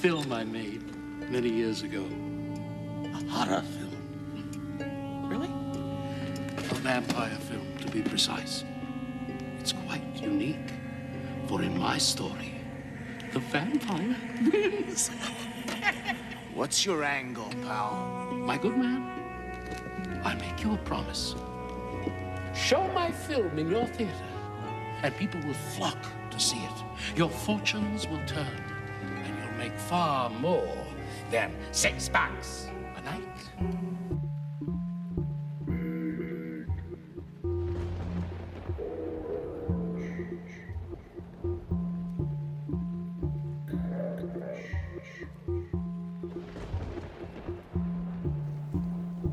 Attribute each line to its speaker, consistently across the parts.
Speaker 1: film I made many years ago. A horror film,
Speaker 2: Really?
Speaker 1: a vampire film to be precise. It's quite unique, for in my story, the vampire wins.
Speaker 3: What's your angle, pal?
Speaker 1: My good man, I make you a promise. Show my film in your theater, and people will flock to see it. Your fortunes will turn, and you'll make far more than six bucks a night.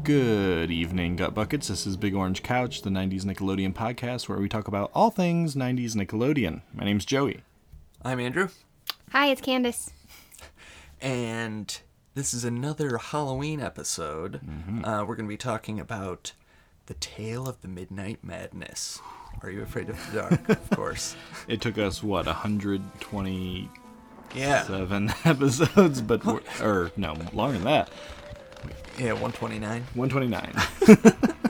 Speaker 4: Good evening, Gut Buckets. This is Big Orange Couch, the 90s Nickelodeon podcast where we talk about all things 90s Nickelodeon. My name's Joey.
Speaker 2: I'm Andrew,
Speaker 5: Hi, it's Candace.
Speaker 2: and this is another Halloween episode.
Speaker 4: Mm-hmm.
Speaker 2: Uh, we're going to be talking about the tale of the Midnight Madness. Are you afraid of the dark? of course.
Speaker 4: It took us, what, 127
Speaker 2: Yeah.
Speaker 4: episodes, but, we're, or no, longer than that,
Speaker 2: Yeah, 129.
Speaker 4: 129.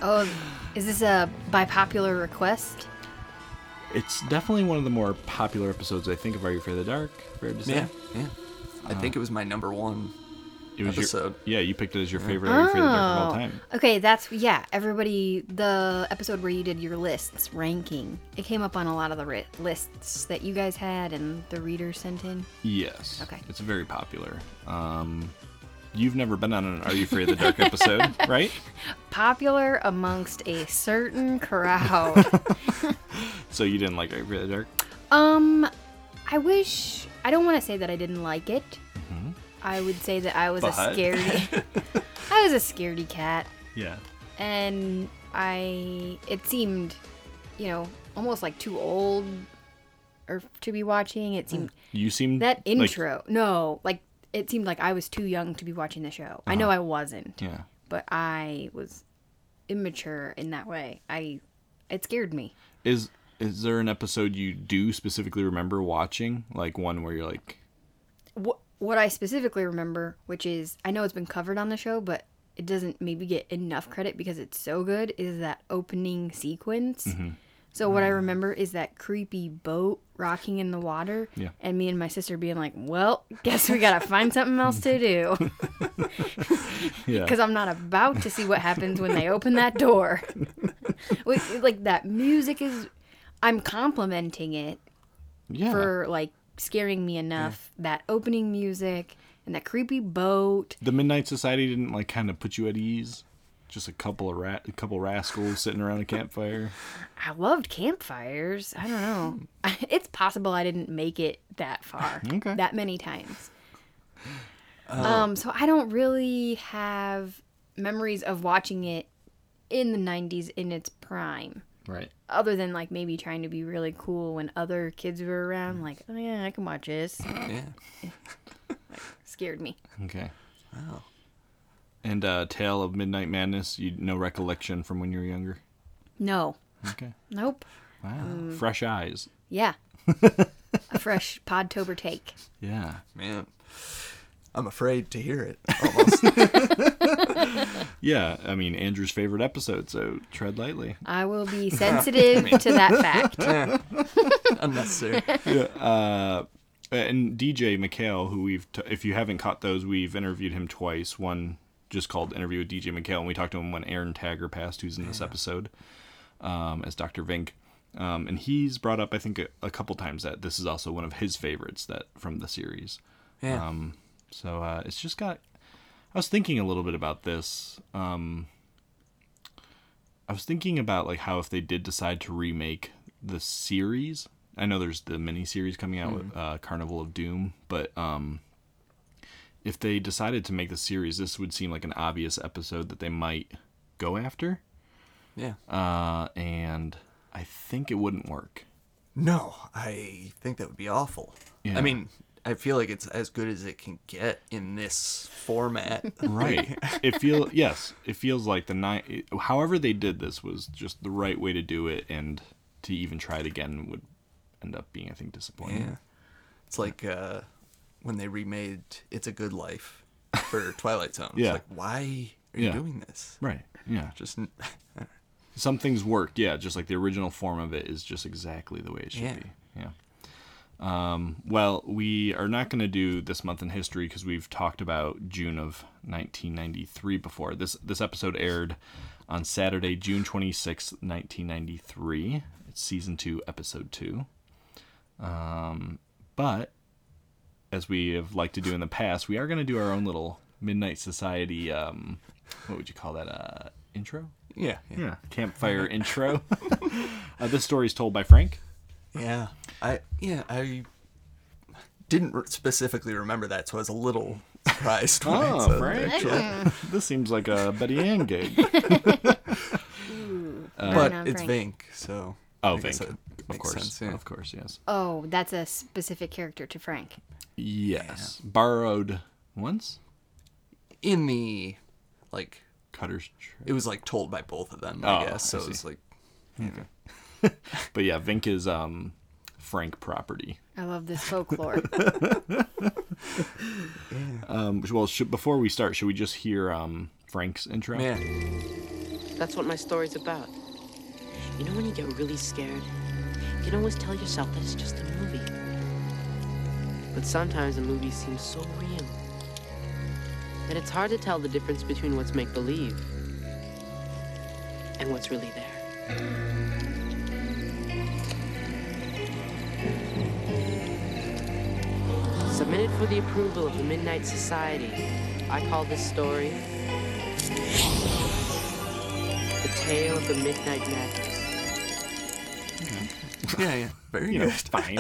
Speaker 5: Oh, is this a by popular request?
Speaker 4: it's definitely one of the more popular episodes, I think, of Are You Afraid of the Dark? Fair to say.
Speaker 2: Yeah, yeah. I
Speaker 4: Uh-huh.
Speaker 2: think it was my number one.
Speaker 4: It was your-
Speaker 2: Episode.
Speaker 4: yeah, you picked it as your favorite Are You Afraid of the Dark of
Speaker 5: Oh.
Speaker 4: all time.
Speaker 5: Okay, that's yeah. Everybody, the episode where you did your lists ranking, it came up on a lot of the ri- lists that you guys had and the readers sent in.
Speaker 4: Yes.
Speaker 5: Okay.
Speaker 4: It's very popular. Um, you've never been on an Are You Afraid of the Dark episode, right?
Speaker 5: Popular amongst a certain crowd.
Speaker 4: So you didn't like Are You Afraid of the Dark?
Speaker 5: um, I wish I don't want to say that I didn't like it. I would say that I was a
Speaker 4: Hmm? But-
Speaker 5: scaredy. I was a scaredy cat.
Speaker 4: Yeah.
Speaker 5: and I it seemed, you know, almost like too old or to be watching. It seemed
Speaker 4: You seemed
Speaker 5: that
Speaker 4: Mm. like-
Speaker 5: intro. no, like it seemed like I was too young to be watching the show. I know I wasn't,
Speaker 4: Uh-huh. yeah.
Speaker 5: but I was immature in that way. I it scared me.
Speaker 4: Is is there an episode you do specifically remember watching? Like one where you're like,
Speaker 5: What what I specifically remember, which is I know it's been covered on the show, but it doesn't maybe get enough credit because it's so good is that opening sequence. So what I remember is that creepy boat rocking in the water
Speaker 4: Yeah.
Speaker 5: and me and my sister being like, "Well, guess we got to find something else to do
Speaker 4: yeah,
Speaker 5: cuz I'm not about to see what happens when they open that door." With- like that music is I'm complimenting it
Speaker 4: yeah,
Speaker 5: for like scaring me enough. That opening music and that creepy boat.
Speaker 4: the Midnight Society didn't like kind of put you at ease. Just a couple of rat, a couple rascals sitting around a campfire.
Speaker 5: I loved campfires. I don't know. it's possible I didn't make it that far
Speaker 4: Okay. Uh,
Speaker 5: that many times. um, so I don't really have memories of watching it in the 90s in its prime.
Speaker 4: Right.
Speaker 5: Other than like maybe trying to be really cool when other kids were
Speaker 4: Mm.
Speaker 5: around, like, oh yeah, I can watch this.
Speaker 2: Yeah.
Speaker 5: Scared me.
Speaker 4: Okay. Wow. And uh, Tale of Midnight Madness. You no recollection from when you were younger.
Speaker 5: No.
Speaker 4: Okay.
Speaker 5: Nope.
Speaker 4: Wow.
Speaker 5: Mm.
Speaker 4: Fresh eyes.
Speaker 5: Yeah. A fresh podtober take.
Speaker 4: Yeah.
Speaker 2: Man. I'm afraid to hear it. Almost.
Speaker 4: Yeah. I mean, Andrew's favorite episode. So tread lightly.
Speaker 5: I will be sensitive to that fact.
Speaker 2: Unnecessary.
Speaker 4: Uh, and DJ McHale, who we've, t- if you haven't caught those, we've interviewed him twice. One just called Interview with DJ McHale, and we talked to him when Aaron Tagger passed, who's in this episode, um, as Dr. Vink. Um, and he's brought up, I think, a, a couple times that this is also one of his favorites that from the series.
Speaker 2: Yeah.
Speaker 4: Um, so uh, it's just got. I was thinking a little bit about this. Um, I was thinking about like how if they did decide to remake the series. I know there's the mini series coming out with uh, Carnival of Doom, but um, if they decided to make the series, this would seem like an obvious episode that they might go after.
Speaker 2: yeah.
Speaker 4: Uh, and I think it wouldn't work.
Speaker 2: No, I think that would be awful.
Speaker 4: Yeah.
Speaker 2: I mean, I feel like it's as good as it can get in this format.
Speaker 4: right it feel yes it feels like the night however they did this was just the right way to do it and to even try it again would end up being i think disappointing
Speaker 2: yeah. It's like uh when they remade It's a Good Life for Twilight Zone. It's
Speaker 4: Yeah.
Speaker 2: like, why are you
Speaker 4: Yeah.
Speaker 2: doing this?
Speaker 4: Right. Yeah.
Speaker 2: Just n-
Speaker 4: Some things worked. Yeah. Just like the original form of it is just exactly the way it should
Speaker 2: Yeah.
Speaker 4: be. Yeah. Um, well, we are not going to do this month in history because we've talked about June of 1993 before. This this episode aired on Saturday, June 26th, 1993. It's season two, episode two. Um, but as we have liked to do in the past, we are going to do our own little Midnight Society. Um, what would you call that? Uh, intro.
Speaker 2: yeah, yeah,
Speaker 4: Yeah, campfire intro. uh, this story is told by Frank.
Speaker 2: yeah. I yeah I didn't re- specifically remember that, so I was a little surprised. when I
Speaker 4: Oh,
Speaker 2: saw that,
Speaker 4: Frank.
Speaker 2: actually.
Speaker 4: This seems like a Betty Ann gig.
Speaker 2: but
Speaker 5: on
Speaker 2: it's
Speaker 5: Frank.
Speaker 2: Vink, so
Speaker 4: Oh,
Speaker 2: I
Speaker 4: Vink.
Speaker 2: guess that
Speaker 4: Of
Speaker 2: makes
Speaker 4: course,
Speaker 2: sense, yeah.
Speaker 4: of course, yes,
Speaker 5: Oh, that's a specific character to Frank.
Speaker 4: yes. Borrowed once. Oh.
Speaker 2: In the like,
Speaker 4: Cutter's trip.
Speaker 2: it was like told by both of them.
Speaker 4: Oh,
Speaker 2: I guess so.
Speaker 4: I
Speaker 2: It was
Speaker 4: see.
Speaker 2: like
Speaker 4: But yeah, Vink is um, Frank property.
Speaker 5: I love this folklore.
Speaker 4: Um, well, should, before we start, should we just hear um, Frank's intro?
Speaker 2: man,
Speaker 6: That's what my story's about. You know when you get really scared? You can always tell yourself that it's just a movie. But sometimes a movie seems so real that it's hard to tell the difference between what's make believe and what's really there. Submitted for the approval of the Midnight Society, I call this story The Tale of the Midnight Madness.
Speaker 2: yeah, yeah, very
Speaker 4: You know,
Speaker 2: good.
Speaker 4: fine.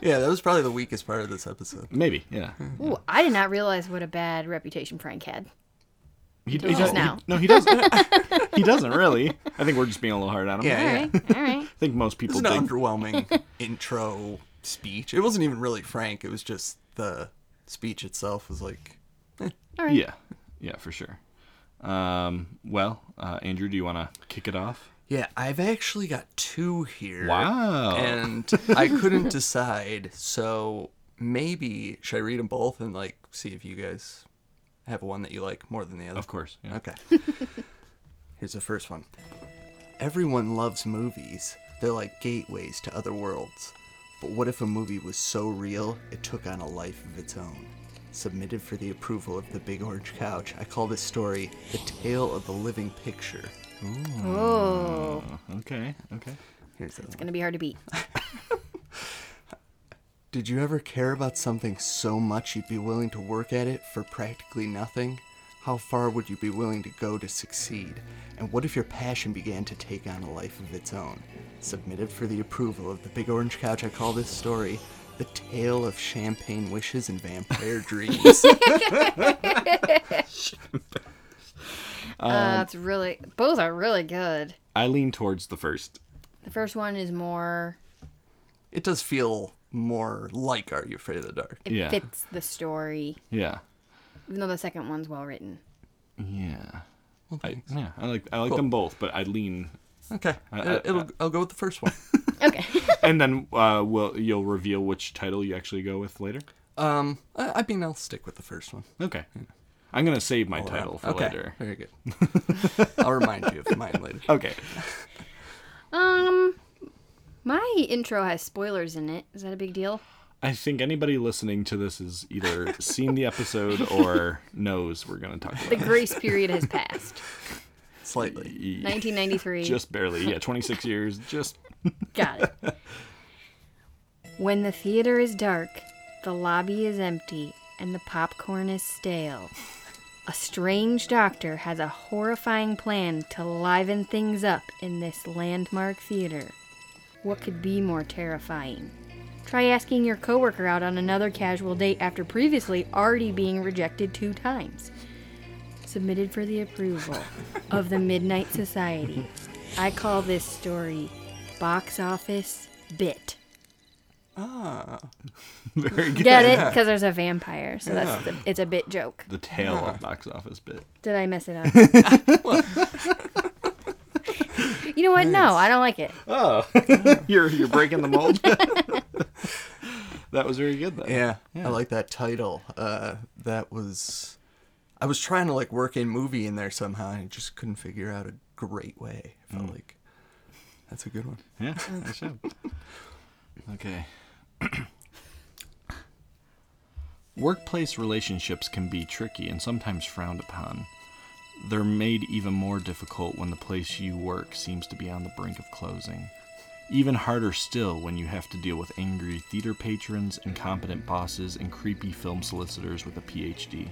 Speaker 2: Yeah, that was probably the weakest part of this episode.
Speaker 4: Maybe. Yeah.
Speaker 5: Ooh, I did not realize what a bad reputation Frank had.
Speaker 4: He, he
Speaker 5: Just
Speaker 4: does- he-
Speaker 5: now.
Speaker 4: no, he doesn't. he doesn't really. I think we're just being a little hard on him.
Speaker 2: Yeah,
Speaker 5: All
Speaker 2: yeah.
Speaker 5: right, all right.
Speaker 4: I think most
Speaker 2: It
Speaker 4: people
Speaker 2: was an
Speaker 4: think
Speaker 2: underwhelming intro speech. It wasn't even really Frank. It was just the speech itself was like,
Speaker 4: Yeah, yeah, for sure. Um, well, uh, Andrew, do you want to kick it off?
Speaker 2: yeah, I've actually got two here.
Speaker 4: Wow.
Speaker 2: And I couldn't decide, so maybe should I read them both and like see if you guys have one that you like more than the other?
Speaker 4: of course. Yeah.
Speaker 2: Okay. Here's the first one. Everyone loves movies. They're like gateways to other worlds. But what if a movie was so real it took on a life of its own? Submitted for the approval of the Big Orange Couch, I call this story The Tale of the Living Picture. Mm.
Speaker 5: Oh,
Speaker 4: Okay. Okay.
Speaker 2: Here's the
Speaker 5: gonna be hard to beat.
Speaker 2: Did you ever care about something so much you'd be willing to work at it for practically nothing? How far would you be willing to go to succeed? And what if your passion began to take on a life of its own? Submitted for the approval of the Big Orange Couch, I call this story The Tale of Champagne Wishes and Vampire Dreams. Um,
Speaker 5: uh, that's really both are really good.
Speaker 4: I lean towards the first.
Speaker 5: The first one is more
Speaker 2: it does feel more like Are You Afraid of the Dark?
Speaker 5: it
Speaker 4: Yeah.
Speaker 5: fits the story,
Speaker 4: Yeah.
Speaker 5: even though the second one's well written.
Speaker 4: Yeah. I, yeah. I like I like them both, but I lean.
Speaker 2: Okay,
Speaker 4: I- I-
Speaker 2: it'll, I'll go with the first one.
Speaker 5: Okay,
Speaker 4: And then uh, will you'll reveal which title you actually go with later.
Speaker 2: Um, I, I mean, I'll stick with the first one.
Speaker 4: Okay. I'm gonna save my title for
Speaker 2: Oh, okay,
Speaker 4: later.
Speaker 2: Very good. I'll remind you of mine later.
Speaker 4: Okay.
Speaker 5: um, my intro has spoilers in it. Is that a big deal?
Speaker 4: I think anybody listening to this has either seen the episode or knows we're gonna talk about.
Speaker 5: The
Speaker 4: it.
Speaker 5: grace period has passed.
Speaker 2: Slightly.
Speaker 5: 1993.
Speaker 4: Just barely. Yeah. 26 years. Just.
Speaker 5: Got it. when the theater is dark, the lobby is empty, and the popcorn is stale, a strange doctor has a horrifying plan to liven things up in this landmark theater. What could be more terrifying? Try asking your coworker out on another casual date after previously already being rejected two times. Submitted for the approval of the Midnight Society. I call this story Box Office Bit.
Speaker 4: Very good.
Speaker 5: Get it? Because there's a vampire, so that's the, it's a bit joke.
Speaker 4: The tail of box office bit.
Speaker 5: Did I mess it up? you know what? No, I don't like it.
Speaker 4: You're you're breaking the mold. That was very good, though.
Speaker 2: Yeah, I like that title. Uh, that was, I was trying to like work in movie in there somehow, and I just couldn't figure out a great way. I
Speaker 4: Mm.
Speaker 2: felt like that's a good one.
Speaker 4: Yeah, nice job. Okay. Workplace relationships can be tricky and sometimes frowned upon. They're made even more difficult when the place you work seems to be on the brink of closing. Even harder still when you have to deal with angry theater patrons, incompetent bosses, and creepy film solicitors with a PhD.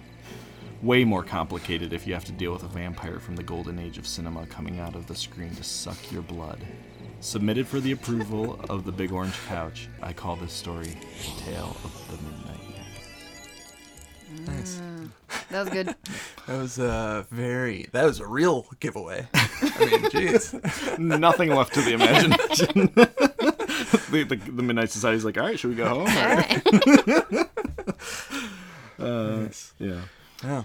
Speaker 4: Way more complicated if you have to deal with a vampire from the golden age of cinema coming out of the screen to suck your blood. Submitted for the approval of the Big Orange Couch, I call this story Tale of the Midnight Mass."
Speaker 2: Nice.
Speaker 5: That was good.
Speaker 2: That was uh, very. That was a real giveaway. I mean, jeez.
Speaker 4: Nothing left to the imagination. the, the, the Midnight Society's like, all right, should we go home?
Speaker 5: All
Speaker 4: Or- Uh,
Speaker 5: right.
Speaker 2: Nice.
Speaker 4: Yeah.
Speaker 2: Yeah. Good
Speaker 4: All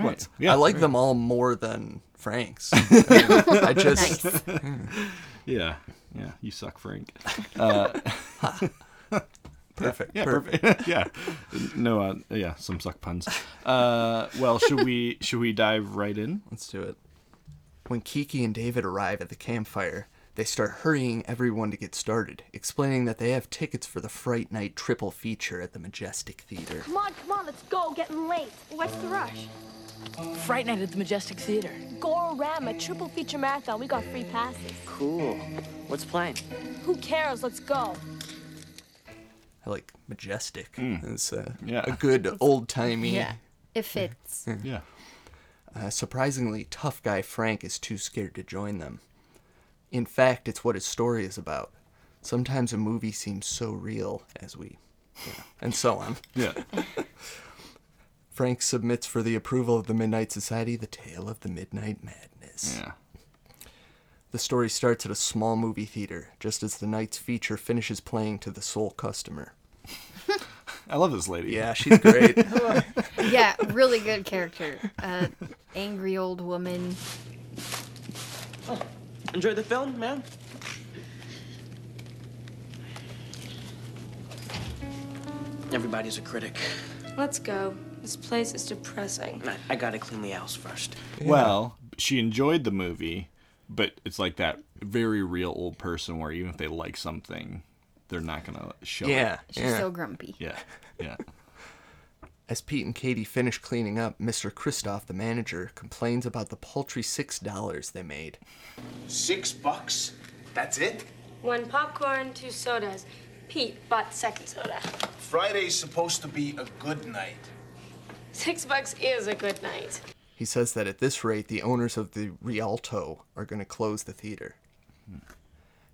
Speaker 4: right.
Speaker 2: ones.
Speaker 4: Yeah.
Speaker 2: I like them all more than Frank's. I, mean, I just
Speaker 5: Nice.
Speaker 4: Yeah. Yeah. You suck, Frank.
Speaker 2: perfect.
Speaker 4: Yeah,
Speaker 2: perfect.
Speaker 4: perfect. yeah, no, uh, yeah, some suck puns. Uh, well, should we should we dive right in?
Speaker 2: Let's do it. When Kiki and David arrive at the campfire, they start hurrying everyone to get started, explaining that they have tickets for the Fright Night triple feature at the Majestic Theater.
Speaker 7: Come on, come on, let's go. Getting late. What's the rush?
Speaker 8: Fright Night at the Majestic Theater.
Speaker 7: Gorama, triple feature marathon. We got free passes.
Speaker 6: Cool. What's playing?
Speaker 7: Who cares? Let's go.
Speaker 2: I like Majestic. It's uh,
Speaker 4: Yeah.
Speaker 2: a good old timey.
Speaker 5: Yeah. It fits.
Speaker 4: Yeah.
Speaker 2: Uh, surprisingly, tough guy Frank is too scared to join them. In fact, it's what his story is about. Sometimes a movie seems so real as we. Yeah, and so on.
Speaker 4: Yeah.
Speaker 2: Frank submits for the approval of the Midnight Society the tale of the Midnight Madness.
Speaker 4: Yeah.
Speaker 2: The story starts at a small movie theater, just as the night's feature finishes playing to the sole customer.
Speaker 4: I love this lady.
Speaker 2: Yeah, she's great.
Speaker 5: Yeah, really good character. Uh, angry old woman.
Speaker 6: Enjoy the film, ma'am? Everybody's a critic.
Speaker 9: Let's go. This place is depressing.
Speaker 6: I- I gotta clean the house first.
Speaker 4: Well, she enjoyed the movie, but it's like that very real old person where even if they like something, they're not gonna show.
Speaker 2: yeah,
Speaker 5: She's
Speaker 2: yeah.
Speaker 5: so grumpy.
Speaker 4: It. Yeah. Yeah.
Speaker 2: As Pete and Katie finish cleaning up, Mr. Kristoff, the manager, complains about the paltry $6 they made.
Speaker 3: Six bucks? That's it?
Speaker 9: One popcorn, two sodas. Pete bought second soda.
Speaker 3: Friday's supposed to be a good night.
Speaker 9: Six bucks is a good night.
Speaker 2: He says that at this rate, the owners of the Rialto are going to close the theater.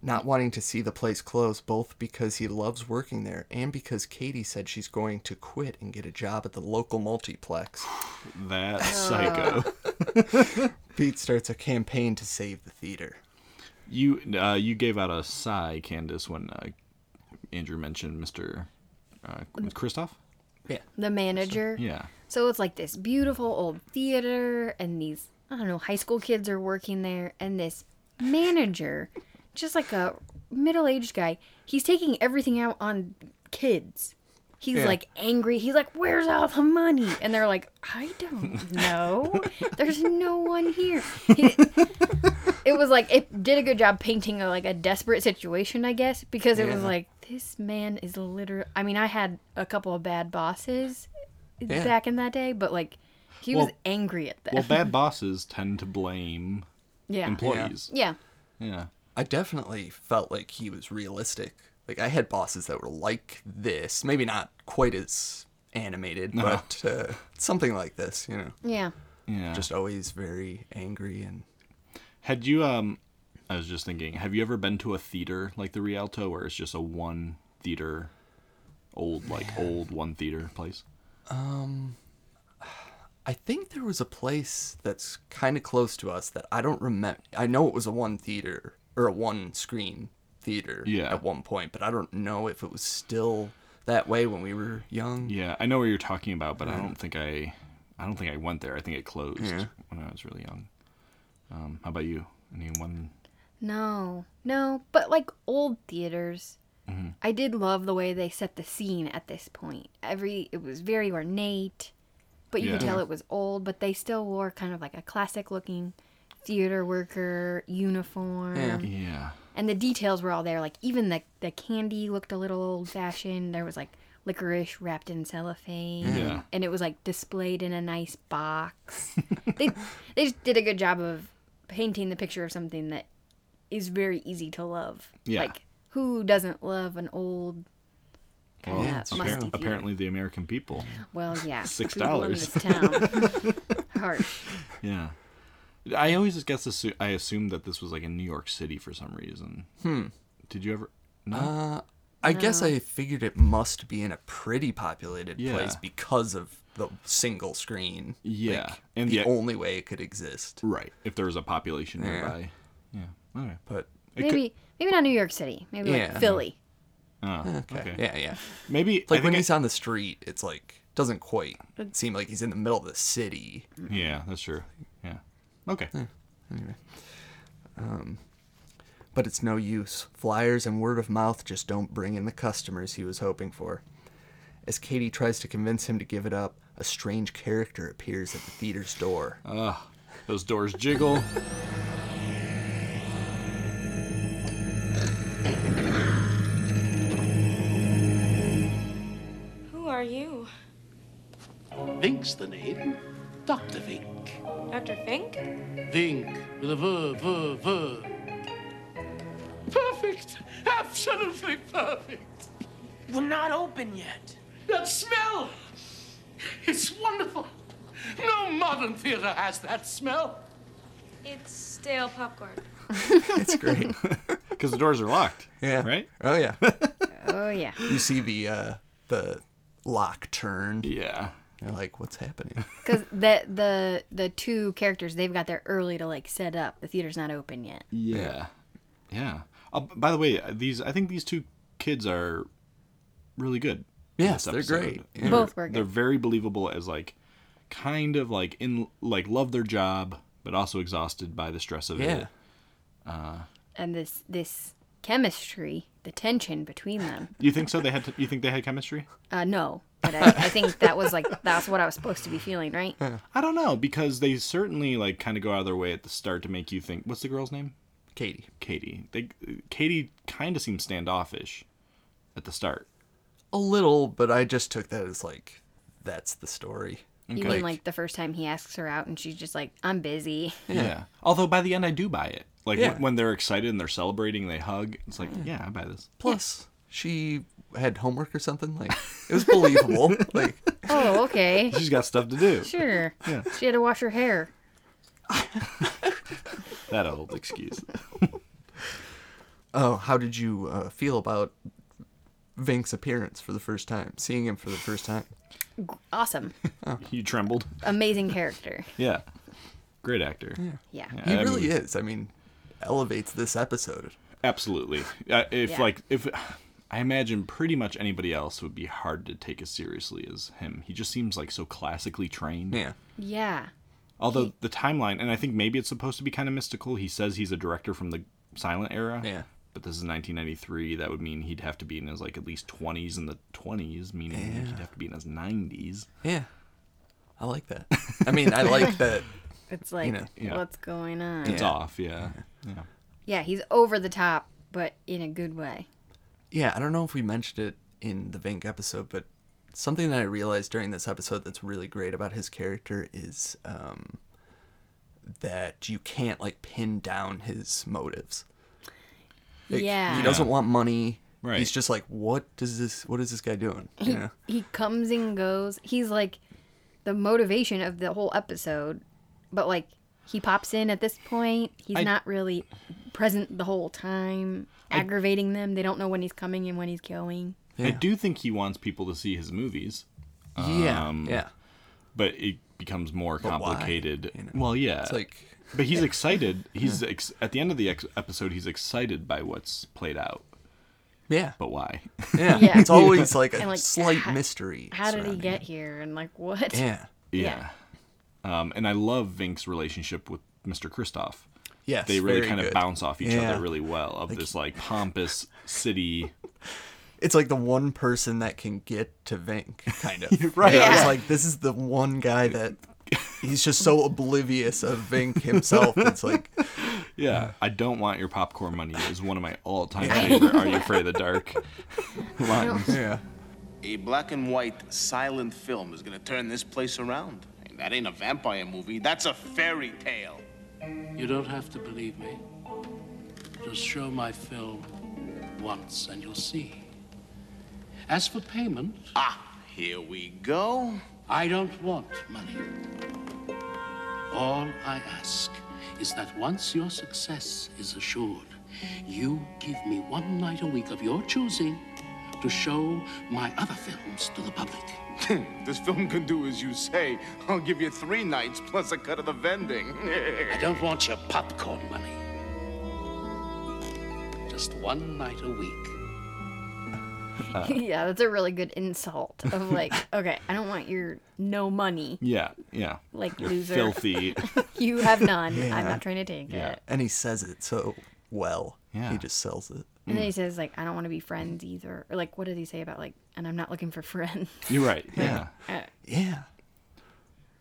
Speaker 2: Not wanting to see the place close, both because he loves working there and because Katie said she's going to quit and get a job at the local multiplex.
Speaker 4: That psycho.
Speaker 2: Pete starts a campaign to save the theater.
Speaker 4: You uh, you gave out a sigh, Candace, when uh, Andrew mentioned Mr. Uh, Christoph.
Speaker 5: The manager.
Speaker 4: Yeah.
Speaker 5: So it's like this beautiful old theater, and these, I don't know, high school kids are working there, and this manager, just like a middle aged guy, he's taking everything out on kids. He's
Speaker 2: Yeah.
Speaker 5: like angry. He's like, Where's all the money? And they're like, I don't know. There's no one here. He- it was like, it did a good job painting a, like a desperate situation, I guess, because it was
Speaker 2: Yeah.
Speaker 5: like, this man is literally. I mean, I had a couple of bad bosses
Speaker 2: Yeah.
Speaker 5: back in that day, but like he was
Speaker 4: Well-
Speaker 5: angry at them.
Speaker 4: Well, bad bosses tend to blame
Speaker 5: yeah.
Speaker 4: employees.
Speaker 5: yeah.
Speaker 4: Yeah.
Speaker 2: I definitely felt like he was realistic. Like I had bosses that were like this, maybe not quite as animated, but uh, something like this, you know.
Speaker 5: Yeah.
Speaker 4: Uh-huh. Yeah.
Speaker 2: Just always very angry and
Speaker 4: had you um I was just thinking, have you ever been to a theater like the Rialto where it's just a one theater old like old one theater place?
Speaker 2: I think there was a place that's kind of close to us that I don't remember. I know it was a one theater or a one screen theater
Speaker 4: Yeah.
Speaker 2: at one point, but I don't know if it was still that way when we were young.
Speaker 4: Yeah, I know what you're talking about, but I don't think I I don't think I went there. I think it closed
Speaker 2: Yeah.
Speaker 4: when I was really young. Um how about you? Any one
Speaker 5: No. No, but like old theaters.
Speaker 4: Mm-hmm.
Speaker 5: I did love the way they set the scene at this point. Every it was very ornate, but you could
Speaker 4: Yeah.
Speaker 5: tell it was old. But they still wore kind of like a classic looking theater worker uniform,
Speaker 4: Yeah.
Speaker 5: and the details were all there. Like even the the candy looked a little old fashioned. There was like licorice wrapped in cellophane,
Speaker 4: Yeah.
Speaker 5: and it was like displayed in a nice box. they they just did a good job of painting the picture of something that is very easy to love.
Speaker 4: Yeah.
Speaker 5: Like who doesn't love an old kind
Speaker 4: Well,
Speaker 5: of musty
Speaker 4: apparently,
Speaker 5: theater?
Speaker 4: apparently the American people.
Speaker 5: Well, yeah.
Speaker 4: Six
Speaker 5: people in
Speaker 4: dollars.
Speaker 5: this town. Harsh.
Speaker 4: Yeah. I always just guess assu- I assumed that this was like in New York City for some reason. Hmm. Did you ever? No.
Speaker 2: I guess I figured it must be in a pretty populated
Speaker 4: Yeah.
Speaker 2: place because of the single screen.
Speaker 4: Yeah,
Speaker 2: Like,
Speaker 4: and e-,
Speaker 2: the
Speaker 4: yet-
Speaker 2: only way it could exist.
Speaker 4: right. If there was a population
Speaker 2: Yeah.
Speaker 4: nearby. Yeah. All right.
Speaker 2: But
Speaker 4: It could-
Speaker 5: Maybe maybe not New York City. Maybe
Speaker 2: Yeah.
Speaker 5: like Philly.
Speaker 4: oh, okay.
Speaker 2: okay. yeah, yeah.
Speaker 4: Maybe
Speaker 2: It's like
Speaker 4: I
Speaker 2: when
Speaker 4: think I-
Speaker 2: he's on the street, it's like doesn't quite seem like he's in the middle of the city.
Speaker 4: Yeah, that's true. Yeah. Okay.
Speaker 2: But it's no use. Flyers and word of mouth just don't bring in the customers he was hoping for. As Katie tries to convince him to give it up, a strange character appears at the theater's door.
Speaker 4: Oh. Those doors jiggle.
Speaker 9: Who are you?
Speaker 1: Vink's the name. Dr. Vink.
Speaker 9: Dr. Fink?
Speaker 1: Vink with a verb, verb, verb. Perfect. Absolutely perfect.
Speaker 6: We're not open yet.
Speaker 1: That smell. It's wonderful. No modern theater has that smell.
Speaker 9: It's stale popcorn.
Speaker 2: It's great.
Speaker 4: Because the doors are locked.
Speaker 2: Yeah.
Speaker 4: Right?
Speaker 2: Oh yeah.
Speaker 5: Oh yeah.
Speaker 2: You see the uh the lock turn.
Speaker 4: Yeah.
Speaker 2: You're like, what's happening?
Speaker 5: Because the the the two characters they've got there early to like set up. The theater's not open yet.
Speaker 4: Yeah. Yeah. Uh, b- by the way, uh, these I think these two kids are really good. in
Speaker 2: Yes,
Speaker 4: this
Speaker 2: they're
Speaker 4: episode.
Speaker 2: great.
Speaker 4: They're-
Speaker 5: Both were good.
Speaker 4: They're very believable as like kind of like in like love their job but also exhausted by the stress of
Speaker 2: Yeah.
Speaker 4: it.
Speaker 5: And this this chemistry, the tension between them.
Speaker 4: You think so? They had to, you think they had chemistry?
Speaker 5: Uh, no, but I, I think that was like that's what I was supposed to be feeling, right?
Speaker 4: I don't know because they certainly like kind of go out of their way at the start to make you think. What's the girl's name?
Speaker 2: Katie.
Speaker 4: Katie. They Katie kind of seems standoffish at the start.
Speaker 2: A little, but I just took that as like that's the story.
Speaker 5: You
Speaker 4: Okay.
Speaker 5: mean like the first time he asks her out and she's just like, "I'm busy."
Speaker 4: Yeah. Although by the end, I do buy it. Like
Speaker 2: Yeah.
Speaker 4: when, when they're excited and they're celebrating, they hug. It's like, yeah, I buy this.
Speaker 2: Plus, she had homework or something. Like it was believable. like
Speaker 5: oh, okay.
Speaker 4: She's got stuff to do.
Speaker 5: Sure. She had to wash her hair.
Speaker 4: That old excuse.
Speaker 2: Oh, how did you uh, feel about Vink's appearance for the first time? Seeing him for the first time?
Speaker 5: Awesome.
Speaker 4: you trembled.
Speaker 5: Amazing character.
Speaker 4: Yeah. Great actor.
Speaker 5: Yeah.
Speaker 2: He
Speaker 4: I
Speaker 2: really
Speaker 4: mean-
Speaker 2: is. I mean, elevates this episode.
Speaker 4: Absolutely. Uh, if
Speaker 5: Yeah.
Speaker 4: like if I imagine pretty much anybody else would be hard to take as seriously as him. He just seems like so classically trained.
Speaker 2: Yeah.
Speaker 5: Yeah.
Speaker 4: Although the timeline, and I think maybe it's supposed to be kind of mystical. He says he's a director from the silent era.
Speaker 2: Yeah.
Speaker 4: But this is 1993. That would mean he'd have to be in his like at least 20s in the 20s, meaning he'd have to be in his 90s.
Speaker 2: Yeah. I like that. I mean, I like that.
Speaker 5: It's like,
Speaker 2: know,
Speaker 4: yeah.
Speaker 5: what's going on?
Speaker 4: It's
Speaker 2: Yeah.
Speaker 4: off, yeah. Yeah.
Speaker 5: Yeah, he's over the top, but in a good way.
Speaker 2: Yeah, I don't know if we mentioned it in the Vink episode, but something that I realized during this episode that's really great about his character is um, that you can't like pin down his motives. Like,
Speaker 5: yeah.
Speaker 2: He doesn't want money.
Speaker 4: Right.
Speaker 2: He's just like, what does this? What is this guy doing? You know?
Speaker 5: he comes and goes. He's like the motivation of the whole episode, but like he pops in at this point. He's
Speaker 4: I-
Speaker 5: not really present the whole time, aggravating them. They don't know when he's coming and when he's going.
Speaker 4: I
Speaker 2: Yeah.
Speaker 4: do think he wants people to see his movies,
Speaker 2: Yeah.
Speaker 4: Um,
Speaker 2: yeah.
Speaker 4: but it becomes more
Speaker 2: why?
Speaker 4: complicated.
Speaker 2: You know?
Speaker 4: Well, yeah.
Speaker 2: It's like,
Speaker 4: but he's excited. He's ex- at the end of the ex- episode, he's excited by what's played out.
Speaker 2: yeah.
Speaker 4: But why?
Speaker 2: Yeah.
Speaker 5: Yeah.
Speaker 2: It's always like a
Speaker 5: And, like,
Speaker 2: slight
Speaker 5: ho-
Speaker 2: mystery.
Speaker 5: How did he
Speaker 2: surrounding it.
Speaker 5: get here? And like what?
Speaker 2: Yeah.
Speaker 4: Yeah. Um, and I love Vink's relationship with Mr. Kristoff.
Speaker 2: Yes,
Speaker 4: they really
Speaker 2: very
Speaker 4: kind
Speaker 2: good.
Speaker 4: of bounce off each
Speaker 2: Yeah.
Speaker 4: other really well of this like pompous city.
Speaker 2: It's like the one person that can get to Vink, kind of.
Speaker 4: right.
Speaker 2: I was
Speaker 5: Yeah.
Speaker 2: like, this is the one guy that he's just so oblivious of Vink himself. It's like,
Speaker 4: Yeah, I don't want your popcorn money is one of my all-time favorite. Are you afraid of the dark? lines.
Speaker 2: yeah.
Speaker 3: A black and white silent film is gonna turn this place around. And that ain't a vampire movie, that's a fairy tale.
Speaker 1: You don't have to believe me. Just show my film once and you'll see. As for payment,
Speaker 3: Ah, here we go.
Speaker 1: I don't want money. All I ask is that once your success is assured, you give me one night a week of your choosing to show my other films to the public.
Speaker 3: This film can do as you say. I'll give you three nights plus a cut of the vending.
Speaker 1: I don't want your popcorn money. Just one night a week.
Speaker 5: yeah, that's a really good insult of like, okay, I don't want your no money.
Speaker 4: Yeah, yeah.
Speaker 5: Like
Speaker 4: You're
Speaker 5: loser.
Speaker 4: filthy.
Speaker 5: You have none. I'm not trying to take
Speaker 4: Yeah.
Speaker 5: it.
Speaker 2: And he says it so well.
Speaker 4: Yeah.
Speaker 2: He just sells it.
Speaker 5: And then he says like, I don't want to be friends either. Or like, what did he say about like, and I'm not looking for friends.
Speaker 4: You're right. Yeah.
Speaker 2: Yeah.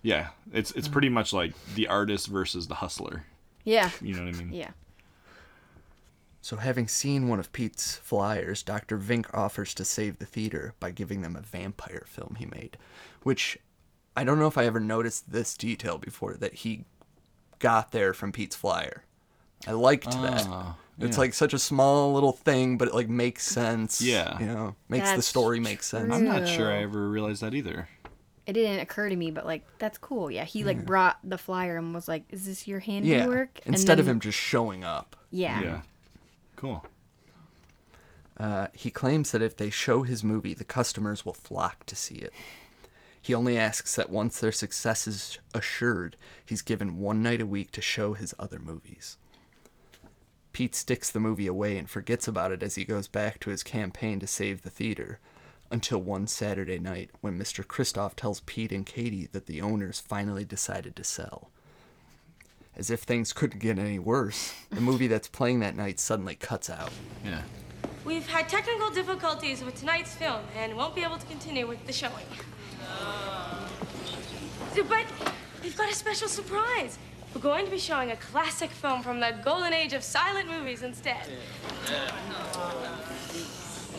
Speaker 4: Yeah. It's it's pretty much like the artist versus the hustler.
Speaker 5: Yeah,
Speaker 4: You know what I mean?
Speaker 5: yeah.
Speaker 2: So, having seen one of Pete's flyers, Dr. Vink offers to save the theater by giving them a vampire film he made, which I don't know if I ever noticed this detail before that he got there from Pete's flyer. I liked that. It's like such a small little thing, but it like makes sense.
Speaker 4: Yeah.
Speaker 2: You know, makes the
Speaker 5: That's
Speaker 2: story make sense.
Speaker 4: I'm not sure I ever realized that either.
Speaker 5: It didn't occur to me, but like, that's cool. Yeah, he like brought the flyer and was like, is this your handiwork? And
Speaker 2: Instead of
Speaker 5: then-
Speaker 2: him just showing up.
Speaker 5: Yeah.
Speaker 4: Yeah. Cool.
Speaker 2: He claims that if they show his movie, the customers will flock to see it. He only asks that once their success is assured, he's given one night a week to show his other movies. Pete sticks the movie away and forgets about it as he goes back to his campaign to save the theater, until one Saturday night when Mr. Kristoff tells Pete and Katie that the owners finally decided to sell. As if things couldn't get any worse, the movie that's playing that night suddenly cuts out.
Speaker 4: Yeah.
Speaker 9: We've had technical difficulties with tonight's film and won't be able to continue with the showing. So, But we've got a special surprise. We're going to be showing a classic film from the golden age of silent movies instead.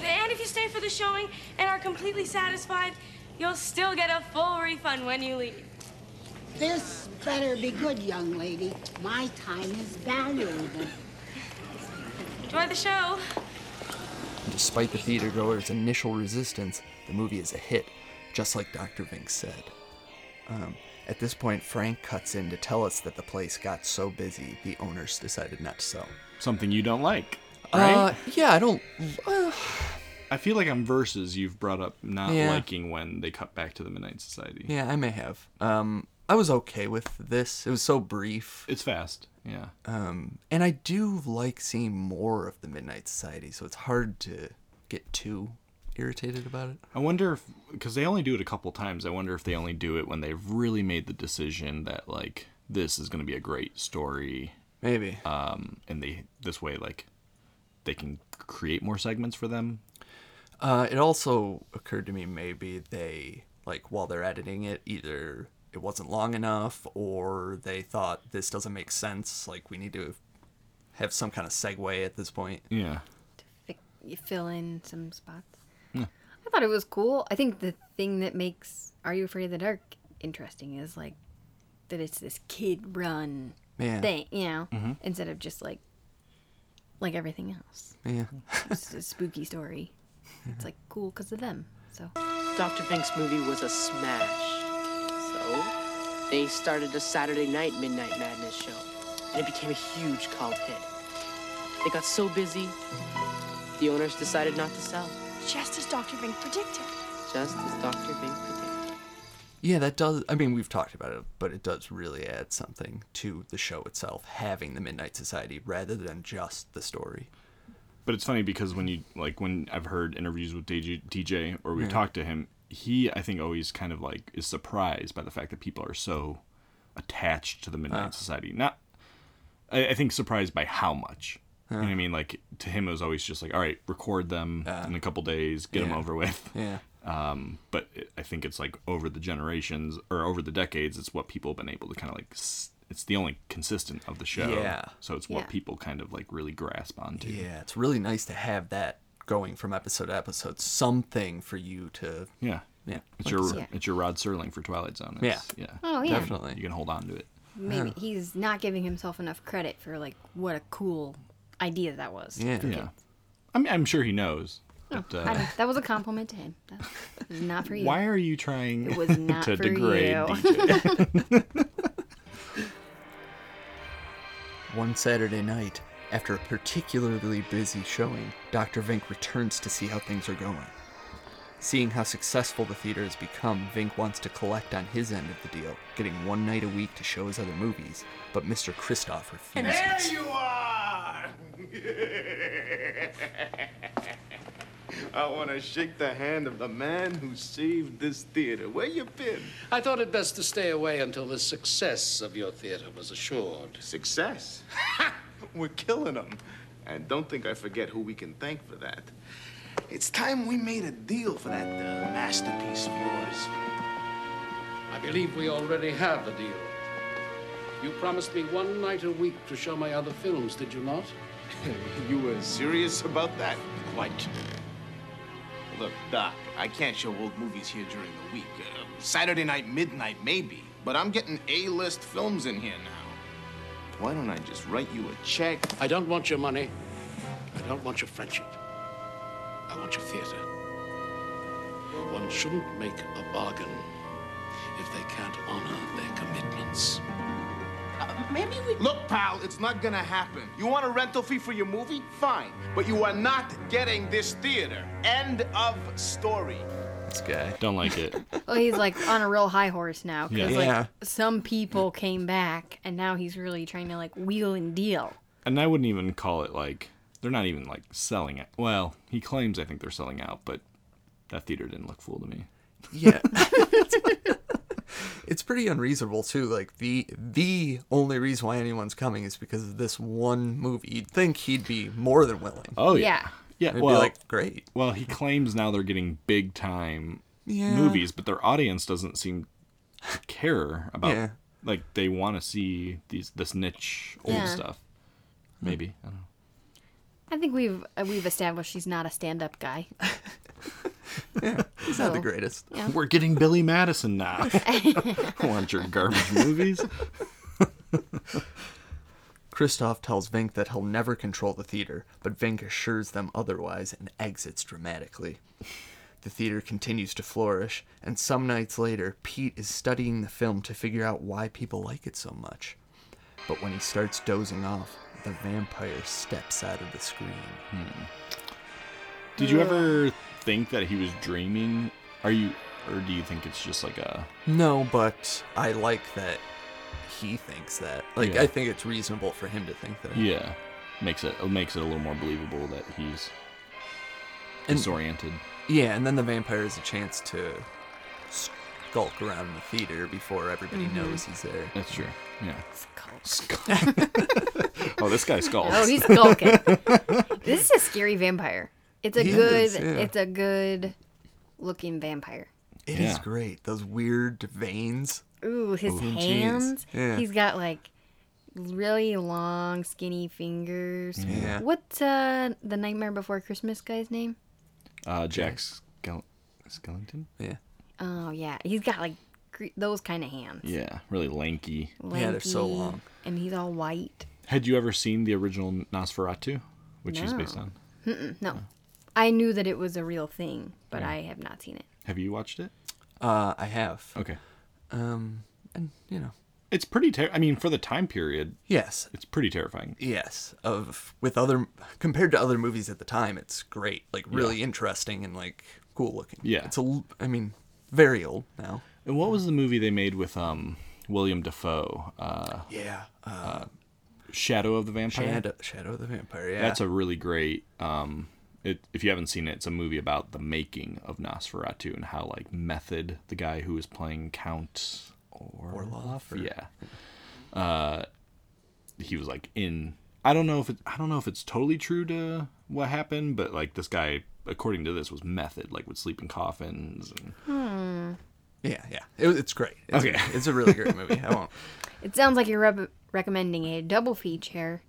Speaker 9: And if you stay for the showing and are completely satisfied, you'll still get a full refund when you leave.
Speaker 10: This better be good, young lady. My time is valuable.
Speaker 9: Enjoy the show.
Speaker 2: Despite the theatergoers' initial resistance, the movie is a hit, just like Dr. Vink said. Um, at this point, Frank cuts in to tell us that the place got so busy the owners decided not to sell.
Speaker 4: Something you don't like. Right?
Speaker 2: Uh, yeah, I don't. Uh,
Speaker 4: I feel like I'm versus you've brought up not
Speaker 2: Yeah.
Speaker 4: liking when they cut back to the Midnight Society.
Speaker 2: yeah, I may have. Um, I was okay with this. It was so brief,
Speaker 4: It's fast. Yeah.
Speaker 2: and I do like seeing more of the Midnight Society, so it's hard to get too irritated about it.
Speaker 4: I wonder if because they only do it a couple times. I wonder if they only do it when they've really made the decision that like this is going to be a great story,
Speaker 2: Maybe.
Speaker 4: um, and they this way like they can create more segments for them.
Speaker 2: Uh, it also occurred to me maybe they like while they're editing it, either it wasn't long enough or they thought this doesn't make sense. Like we need to have some kind of segue at this point.
Speaker 4: Yeah.
Speaker 5: Like, you fill in some spots. I thought it was cool. I think the thing that makes Are You Afraid of the Dark interesting is like that it's this kid run
Speaker 2: Yeah, Mm-hmm.
Speaker 5: thing, you know, instead of just like like everything else.
Speaker 2: yeah.
Speaker 5: It's a spooky story. It's like cool because of them. So
Speaker 6: Dr. Fink's movie was a smash. So, they started a Saturday night Midnight Madness show, and it became a huge cult hit. They got so busy, the owners decided not to sell,
Speaker 7: Just as Dr. Vink predicted.
Speaker 6: just as Dr. Fink predicted.
Speaker 2: Yeah, that does. I mean, we've talked about it, but it does really add something to the show itself, having the Midnight Society rather than just the story.
Speaker 4: But it's funny because when you like when I've heard interviews with DJ, DJ or we have talked to him, he I think always kind of like is surprised by the fact that people are so attached to the Midnight Society. Not I, I think surprised by how much. You know what I mean? Like to him, it was always just like, all right, record them in a couple days, get them
Speaker 2: yeah.
Speaker 4: over with.
Speaker 2: Yeah.
Speaker 4: Um, but it, I think it's like over the generations or over the decades, it's what people have been able to kind of like. s- It's the only consistent of the show.
Speaker 2: Yeah.
Speaker 4: So it's what
Speaker 5: Yeah.
Speaker 4: people kind of like really grasp onto.
Speaker 2: Yeah, it's really nice to have that going from episode to episode. Something for you to.
Speaker 4: Yeah.
Speaker 2: Yeah.
Speaker 4: It's your
Speaker 5: Yeah.
Speaker 4: it's your Rod Serling for Twilight Zone. It's-
Speaker 2: Yeah.
Speaker 4: Yeah.
Speaker 5: Oh yeah.
Speaker 2: Definitely.
Speaker 4: You can hold on to it.
Speaker 5: Maybe he's not giving himself enough credit for like what a cool idea that was.
Speaker 2: Yeah.
Speaker 4: Yeah. I'm I'm sure he knows. But,
Speaker 5: Oh, I
Speaker 4: uh,
Speaker 5: don't- that was a compliment to him. That was not for you.
Speaker 4: why are you trying
Speaker 5: It was not
Speaker 4: to
Speaker 5: for
Speaker 4: degrade
Speaker 5: you.
Speaker 4: DJ?
Speaker 2: One Saturday night, after a particularly busy showing, Dr. Vink returns to see how things are going. Seeing how successful the theater has become, Vink wants to collect on his end of the deal, getting one night a week to show his other movies, but Mr. Kristoff refuses.
Speaker 3: you are! I want to shake the hand of the man who saved this theater. Where you been?
Speaker 1: I thought it best to stay away until the success of your theater was assured.
Speaker 3: Success. We're killing them. And don't think I forget who we can thank for that. It's time we made a deal for that uh, masterpiece of yours.
Speaker 1: I believe we already have a deal. You promised me one night a week to show my other films, did you not?
Speaker 3: You were serious about that? Quite. Look, Doc, I can't show old movies here during the week. Uh, Saturday night, midnight, maybe. But I'm getting A-list films in here now. Why don't I just write you a check?
Speaker 1: I don't want your money. I don't want your friendship. I want your theater. One shouldn't make a bargain if they can't honor their commitments.
Speaker 6: Maybe we.
Speaker 3: Look, pal, it's not gonna happen. You want a rental fee for your movie? Fine. But you are not getting this theater. End of story.
Speaker 2: This guy.
Speaker 4: don't like it.
Speaker 5: Well, he's like on a real high horse now because
Speaker 4: Yeah.
Speaker 5: like
Speaker 2: Yeah.
Speaker 5: some people came back and now he's really trying to like wheel and deal.
Speaker 4: And I wouldn't even call it like they're not even like selling it. Well, he claims I think they're selling out, but that theater didn't look full to me.
Speaker 2: Yeah. it's pretty unreasonable too. Like the the only reason why anyone's coming is because of this one movie. You'd think he'd be more than willing.
Speaker 4: Oh
Speaker 5: yeah.
Speaker 4: Yeah.
Speaker 2: It'd
Speaker 4: well,
Speaker 2: be like great.
Speaker 4: well, he claims now they're getting big time
Speaker 2: Yeah.
Speaker 4: movies, but their audience doesn't seem to care about
Speaker 2: Yeah.
Speaker 4: like they want to see these this niche old
Speaker 5: Yeah.
Speaker 4: stuff.
Speaker 2: Hmm.
Speaker 4: Maybe. I don't know.
Speaker 5: I think we've uh, we've established he's not a stand-up guy.
Speaker 2: He's not the greatest.
Speaker 4: We're getting Billy Madison now. Want your garbage movies?
Speaker 2: Kristoff tells Vink that he'll never control the theater, but Vink assures them otherwise and exits dramatically. The theater continues to flourish, and some nights later, Pete is studying the film to figure out why people like it so much. But when he starts dozing off, the vampire steps out of the screen.
Speaker 4: Did you ever think that he was dreaming? Are you, or do you think it's just like a?
Speaker 2: No, but I like that he thinks that. Like,
Speaker 4: Yeah.
Speaker 2: I think it's reasonable for him to think that.
Speaker 4: Yeah, makes it it makes it a little more believable that he's
Speaker 2: And-
Speaker 4: disoriented.
Speaker 2: Yeah, and then the vampire has a chance to skulk around the theater before everybody
Speaker 4: Mm-hmm.
Speaker 2: knows he's there.
Speaker 4: That's true. Yeah.
Speaker 5: Skulk.
Speaker 4: Oh, this guy skulls.
Speaker 5: Oh, he's skulking. this is a scary vampire. It's a
Speaker 2: He
Speaker 5: good.
Speaker 2: is, yeah.
Speaker 5: It's a good looking vampire.
Speaker 2: It is
Speaker 4: Yeah.
Speaker 2: great. Those weird veins.
Speaker 5: Ooh, his
Speaker 2: jeez.
Speaker 5: hands.
Speaker 2: Yeah.
Speaker 5: He's got like really long, skinny fingers.
Speaker 2: Yeah.
Speaker 5: What's uh, the Nightmare Before Christmas guy's name?
Speaker 4: uh, Jack Skell- Skellington.
Speaker 2: Yeah.
Speaker 5: Oh yeah, he's got like gre- those kind of hands.
Speaker 4: Yeah, really lanky.
Speaker 2: Yeah, they're so
Speaker 5: Lanky,
Speaker 2: long.
Speaker 5: And he's all white.
Speaker 4: Had you ever seen the original Nosferatu, which he's based on?
Speaker 5: No, I knew that it was a real thing, but I have not seen it.
Speaker 4: Have you watched it?
Speaker 2: Uh, I have.
Speaker 4: Okay.
Speaker 2: Um, and you know,
Speaker 4: It's pretty. Ter- I mean, for the time period,
Speaker 2: yes,
Speaker 4: it's pretty terrifying.
Speaker 2: yes. Of with other compared to other movies at the time, it's great. Like really interesting and like cool looking.
Speaker 4: Yeah.
Speaker 2: It's a. l- I mean, very old now.
Speaker 4: And what was the movie they made with um William Defoe? Uh,
Speaker 2: Yeah. Uh,
Speaker 4: Shadow of the Vampire.
Speaker 2: Shadow, Shadow of the Vampire. Yeah.
Speaker 4: That's a really great. Um, it, if you haven't seen it, it's a movie about the making of Nosferatu and how like method the guy who was playing Count Orlov.
Speaker 2: Orlov, or-
Speaker 4: Yeah. Uh, he was like in. I don't know if it, I don't know if it's totally true to what happened, but like this guy, according to this, was method, like would sleep in coffins. And,
Speaker 5: Hmm.
Speaker 2: Yeah, yeah. It, it's great. It's,
Speaker 4: Okay.
Speaker 2: It's a really great movie. I won't.
Speaker 5: It sounds like you're re- recommending a double feature,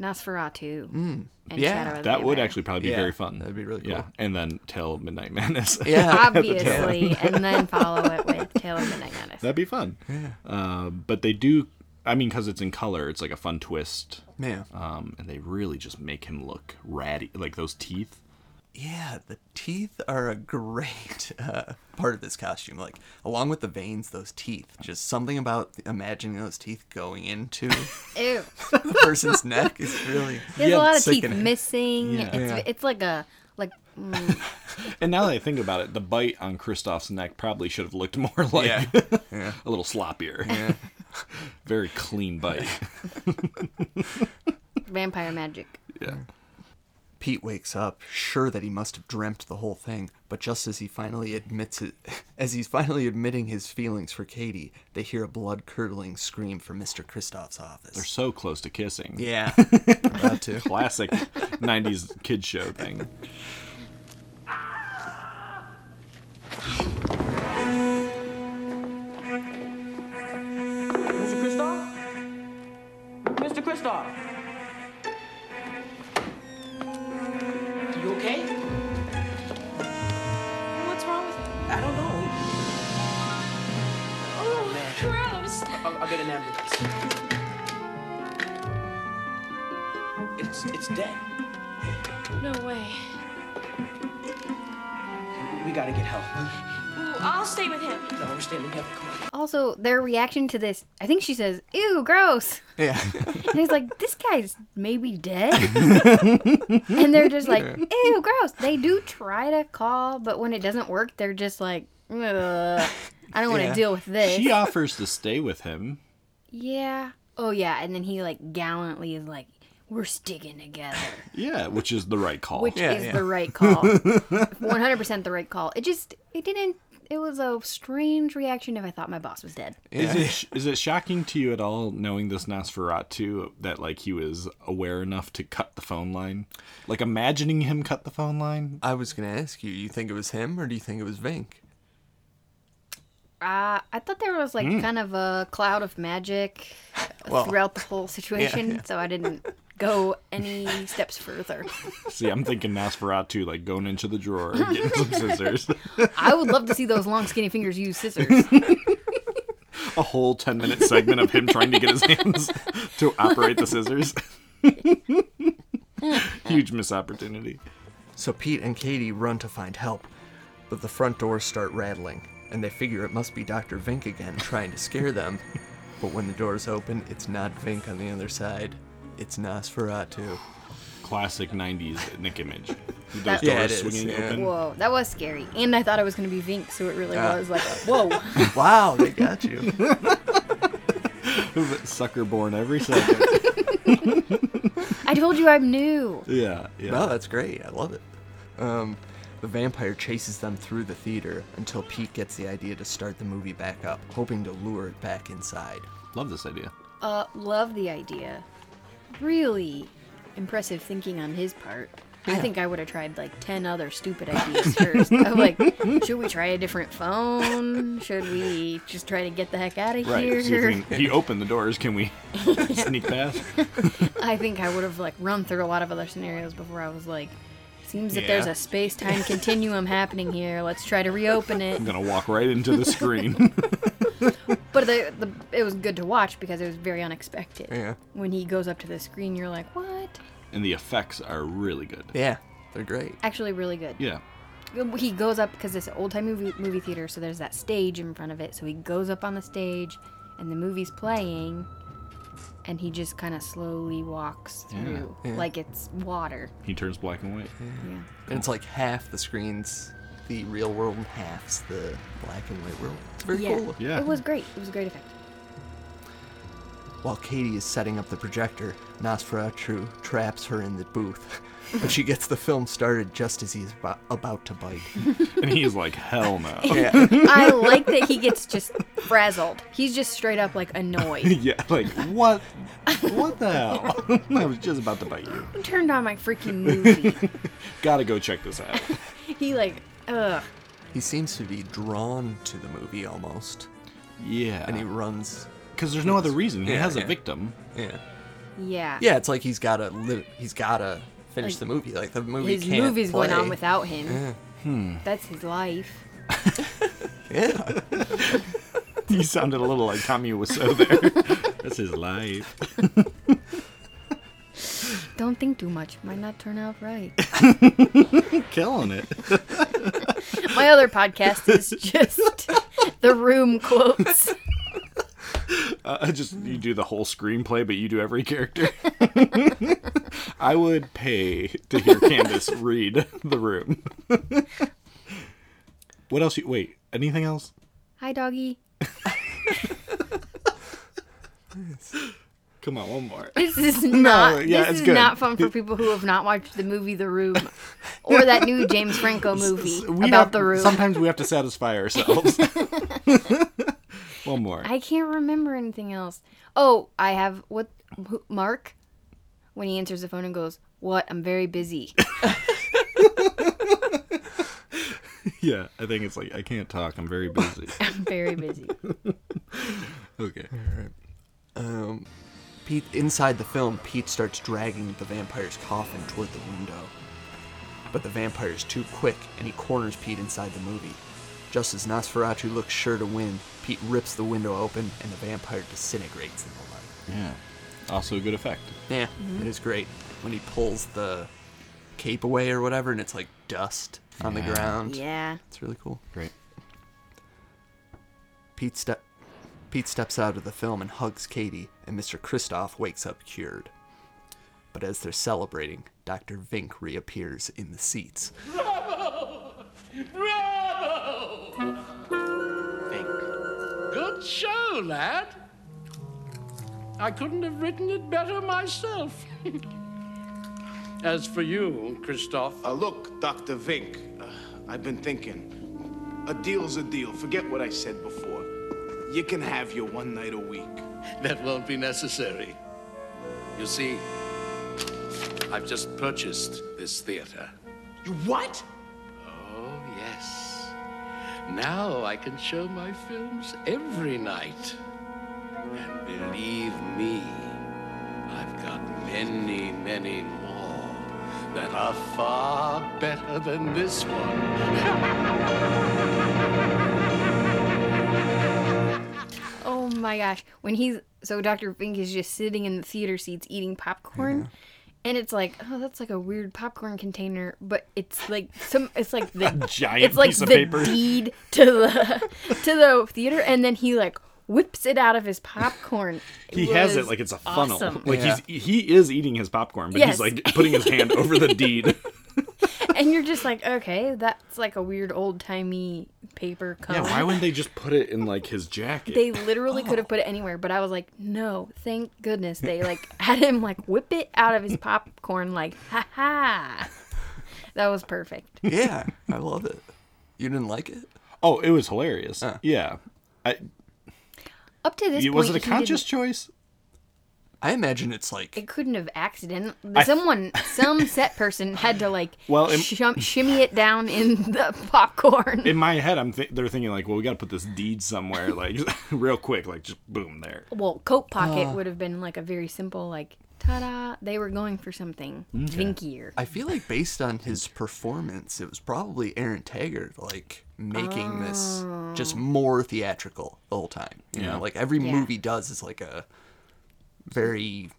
Speaker 5: Nosferatu
Speaker 2: Mm.
Speaker 5: and
Speaker 2: Yeah.
Speaker 5: Shadow of the
Speaker 4: that would
Speaker 5: Vampire.
Speaker 4: actually probably be
Speaker 2: Yeah,
Speaker 4: very fun.
Speaker 2: that'd be really
Speaker 4: Yeah,
Speaker 2: cool.
Speaker 4: and then tell Midnight Madness.
Speaker 2: Yeah.
Speaker 4: at the tail end.
Speaker 5: obviously, and then follow it with Tale of the Night Madness.
Speaker 4: That'd be fun. Yeah. Uh, but they do. I mean, because it's in color, it's like a fun twist.
Speaker 2: Yeah.
Speaker 4: Um, and they really just make him look ratty, like those teeth.
Speaker 2: Yeah, the teeth are a great uh, part of this costume. Like, along with the veins, those teeth. Just something about imagining those teeth going into
Speaker 5: Ew.
Speaker 2: the person's neck is really.
Speaker 5: There's a lot of teeth
Speaker 2: sickening.
Speaker 5: missing.
Speaker 4: Yeah.
Speaker 5: It's,
Speaker 2: Yeah.
Speaker 5: it's like a like. mm,
Speaker 4: And now that I think about it, the bite on Kristoff's neck probably should have looked more like
Speaker 2: Yeah.
Speaker 4: a little sloppier. Very clean bite.
Speaker 5: vampire magic.
Speaker 4: Yeah.
Speaker 2: Pete wakes up, sure that he must have dreamt the whole thing, but just as he finally admits it, as he's finally admitting his feelings for Katie, they hear a blood curdling scream from Mr. Kristoff's
Speaker 4: They're
Speaker 2: office.
Speaker 4: so close to kissing.
Speaker 2: Yeah, about to.
Speaker 4: Classic 90s kid show thing.
Speaker 11: Mr. Kristoff? Mr. Kristoff? You okay?
Speaker 9: What's wrong with you?
Speaker 11: I don't know.
Speaker 9: Oh, gross.
Speaker 11: I'll, I'll get an ambulance. It's it's dead.
Speaker 9: No way.
Speaker 11: We gotta get help.
Speaker 9: Ooh, I'll stay with him.
Speaker 11: No, we're standing together. Come on.
Speaker 5: Also, their reaction to this, I think she says, "Ew, gross,"
Speaker 2: Yeah.
Speaker 5: and he's like, "This guy's maybe dead," and they're just like, "Ew, gross." They do try to call, but when it doesn't work, they're just like, "Ugh, "I don't want to
Speaker 4: Yeah.
Speaker 5: deal with this."
Speaker 4: She offers to stay with him.
Speaker 5: yeah. Oh yeah, and then he like gallantly is like, "We're sticking together,"
Speaker 4: Yeah, which is the right call.
Speaker 5: which
Speaker 2: Yeah,
Speaker 5: is
Speaker 2: yeah.
Speaker 5: the right call, one hundred percent the right call. It just, it didn't. It was a strange reaction if I thought my boss was dead.
Speaker 4: Is it is it shocking to you at all knowing this Nosferatu that like he was aware enough to cut the phone line? Like imagining him cut the phone line?
Speaker 2: I was going to ask you, you think it was him or do you think it was Vink?
Speaker 5: Uh, I thought there was like kind of a cloud of magic
Speaker 2: Hmm.
Speaker 5: uh,
Speaker 2: Well,
Speaker 5: throughout the whole situation,
Speaker 2: yeah.
Speaker 5: so I didn't go any steps further.
Speaker 4: See, I'm thinking Nosferatu like going into the drawer and getting some scissors.
Speaker 5: I would love to see those long, skinny fingers use scissors.
Speaker 4: A whole 10 minute segment of him trying to get his hands to operate the scissors. Huge missed opportunity.
Speaker 2: So Pete and Katie run to find help, but the front doors start rattling, and they figure it must be Dr. Vink again trying to scare them. But when the doors open, it's not Vink on the other side, it's Nosferatu.
Speaker 4: Classic 90s Nick image. Those
Speaker 5: That-
Speaker 4: doors
Speaker 2: Yeah, it is,
Speaker 4: swinging
Speaker 2: yeah.
Speaker 4: open.
Speaker 5: Whoa, that was scary, and I thought it was gonna be Vink, so it really
Speaker 2: Ah.
Speaker 5: was like, a, whoa.
Speaker 2: Wow, they got you.
Speaker 4: Sucker born every second.
Speaker 5: I told you I'm new.
Speaker 4: yeah, yeah.
Speaker 2: Wow, that's great. I love it. Um, the vampire chases them through the theater until Pete gets the idea to start the movie back up, hoping to lure it back inside.
Speaker 4: Love this idea.
Speaker 5: Uh, love the idea. Really impressive thinking on his part. I
Speaker 2: Yeah.
Speaker 5: think I would have tried like 10 other stupid ideas first. I'm like, should we try a different phone? Should we just try to get the heck out of
Speaker 4: Right. see
Speaker 5: here?
Speaker 4: if we- he opened the doors. Can we sneak past?
Speaker 5: I think I would have like run through a lot of other scenarios before I was like, seems that there's
Speaker 2: Yeah.
Speaker 5: a space time continuum happening here. Let's try to reopen it.
Speaker 4: I'm gonna walk right into the screen.
Speaker 5: But the, the it was good to watch because it was very unexpected.
Speaker 2: Yeah.
Speaker 5: When he goes up to the screen, you're like, what?
Speaker 4: and the effects are really good.
Speaker 2: Yeah, they're great.
Speaker 5: Actually, really good.
Speaker 4: Yeah.
Speaker 5: he goes up because it's an old time movie movie theater, so there's that stage in front of it. So he goes up on the stage, and the movie's playing, and he just kind of slowly walks
Speaker 4: Yeah.
Speaker 5: through
Speaker 2: Yeah.
Speaker 5: like it's water.
Speaker 4: He turns black and white.
Speaker 5: Yeah.
Speaker 2: And it's like half the screen's the real world and half's the black and white world. It's very
Speaker 5: yeah.
Speaker 2: cool.
Speaker 4: Yeah.
Speaker 5: It was great. It was a great effect.
Speaker 2: While Katie is setting up the projector, Nosferatu traps her in the booth. But she gets the film started just as he's about, about to bite.
Speaker 4: And he's like, hell no.
Speaker 2: Yeah.
Speaker 5: I like that he gets just frazzled. He's just straight up like annoyed.
Speaker 4: yeah, like what? What the hell? I was just about to bite you.
Speaker 5: I turned on my freaking movie.
Speaker 4: Gotta go check this out.
Speaker 5: He like, ugh.
Speaker 2: He seems to be drawn to the movie almost.
Speaker 4: Yeah.
Speaker 2: And he runs.
Speaker 4: Because there's no other reason. He
Speaker 2: Yeah,
Speaker 4: has a
Speaker 2: yeah.
Speaker 4: victim.
Speaker 2: Yeah.
Speaker 5: Yeah.
Speaker 2: Yeah, it's like he's gotta live. He's gotta finish
Speaker 5: Like,
Speaker 2: the movie. Like the movie.
Speaker 5: His
Speaker 2: can't
Speaker 5: movie's going
Speaker 2: play.
Speaker 5: on without him.
Speaker 2: Yeah. Hmm.
Speaker 5: That's his life.
Speaker 2: Yeah.
Speaker 4: He sounded a little like Tommy Wiseau there. That's his life.
Speaker 5: Don't think too much. Might not turn out right.
Speaker 4: Killing it.
Speaker 5: My other podcast is just the room quotes.
Speaker 4: Uh, just you do the whole screenplay, but you do every character. I would pay to hear Candace read the room. what else? You, wait, anything else?
Speaker 5: Hi, doggy.
Speaker 4: Come on, one more.
Speaker 5: This is not.
Speaker 4: yeah,
Speaker 5: this
Speaker 4: it's
Speaker 5: is
Speaker 4: good.
Speaker 5: not fun for people who have not watched the movie The Room or that new James Franco movie
Speaker 4: We
Speaker 5: about
Speaker 4: have-
Speaker 5: the room.
Speaker 4: Sometimes we have to satisfy ourselves. one more.
Speaker 5: I can't remember anything else. Oh, I have what who, Mark when he answers the phone and goes, "What? I'm very busy."
Speaker 4: Yeah, I think it's like I can't talk. I'm very busy.
Speaker 5: I'm very busy.
Speaker 4: Okay.
Speaker 2: Um, Pete inside the film, Pete starts dragging the vampire's coffin toward the window, but the vampire is too quick and he corners Pete inside the movie. Just as Nosferatu looks sure to win, Pete rips the window open and the vampire disintegrates in the light.
Speaker 4: Yeah. Also a good effect.
Speaker 2: Yeah, it is great when he pulls the cape away or whatever, and it's like dust on the
Speaker 4: Yeah.
Speaker 2: ground.
Speaker 5: yeah.
Speaker 2: It's really cool.
Speaker 4: Great.
Speaker 2: Pete step Pete steps out of the film and hugs Katie, and Mr. Kristoff wakes up cured. But as they're celebrating, Dr. Vink reappears in the seats.
Speaker 1: Bravo! Good show, lad. I couldn't have written it better myself. As for you, Christoph,
Speaker 3: Uh, look, Dr. Vink, uh, I've been thinking. A deal's a deal. Forget what I said before. You can have your one night a week.
Speaker 1: that won't be necessary. You see, I've just purchased this theater.
Speaker 3: You what?
Speaker 1: Oh, yes. Now I can show my films every night. And believe me, I've got many, many more that are far better than this one.
Speaker 5: Oh my gosh. When he's so Dr. Fink is just sitting in the theater seats eating popcorn. And it's like, oh, that's like a weird popcorn container, but it's like some, it's like the
Speaker 4: giant
Speaker 5: it's like
Speaker 4: piece of
Speaker 5: the
Speaker 4: paper.
Speaker 5: deed to the to the theater, and then he like whips it out of his popcorn.
Speaker 4: He has it
Speaker 5: was
Speaker 4: like it's a funnel.
Speaker 5: awesome.
Speaker 4: Like he's he is eating his popcorn, but
Speaker 5: Yes.
Speaker 4: he's like putting his hand over the deed.
Speaker 5: and you're just like, okay, that's like a weird old timey paper cone.
Speaker 4: Yeah, why wouldn't they just put it in like his jacket?
Speaker 5: They literally
Speaker 4: Oh.
Speaker 5: could have put it anywhere, but I was like, no, thank goodness they like had him like whip it out of his popcorn, like ha ha. That was perfect.
Speaker 2: Yeah, I love it. You didn't like it?
Speaker 4: Oh, it was hilarious. Yeah. I,
Speaker 5: Up to this
Speaker 4: it-
Speaker 5: point,
Speaker 4: was it a
Speaker 5: he didn't-
Speaker 4: conscious choice?
Speaker 2: I imagine it's like
Speaker 5: It couldn't have accident.
Speaker 4: I-
Speaker 5: Someone, some set person had to like
Speaker 4: Well, it-
Speaker 5: shim- shimmy it down in the popcorn.
Speaker 4: In my head, I'm th- they're thinking like, well, we got to put this deed somewhere, like real quick, like just boom there.
Speaker 5: well, coat pocket
Speaker 2: Uh.
Speaker 5: would have been like a very simple like ta-da. They were going for something vinkier.
Speaker 2: I feel like based on his performance, it was probably Aaron Taggart like making this just more theatrical the whole time. You
Speaker 4: Oh. Yeah.
Speaker 2: know, like every
Speaker 5: Yeah.
Speaker 2: movie does is like a very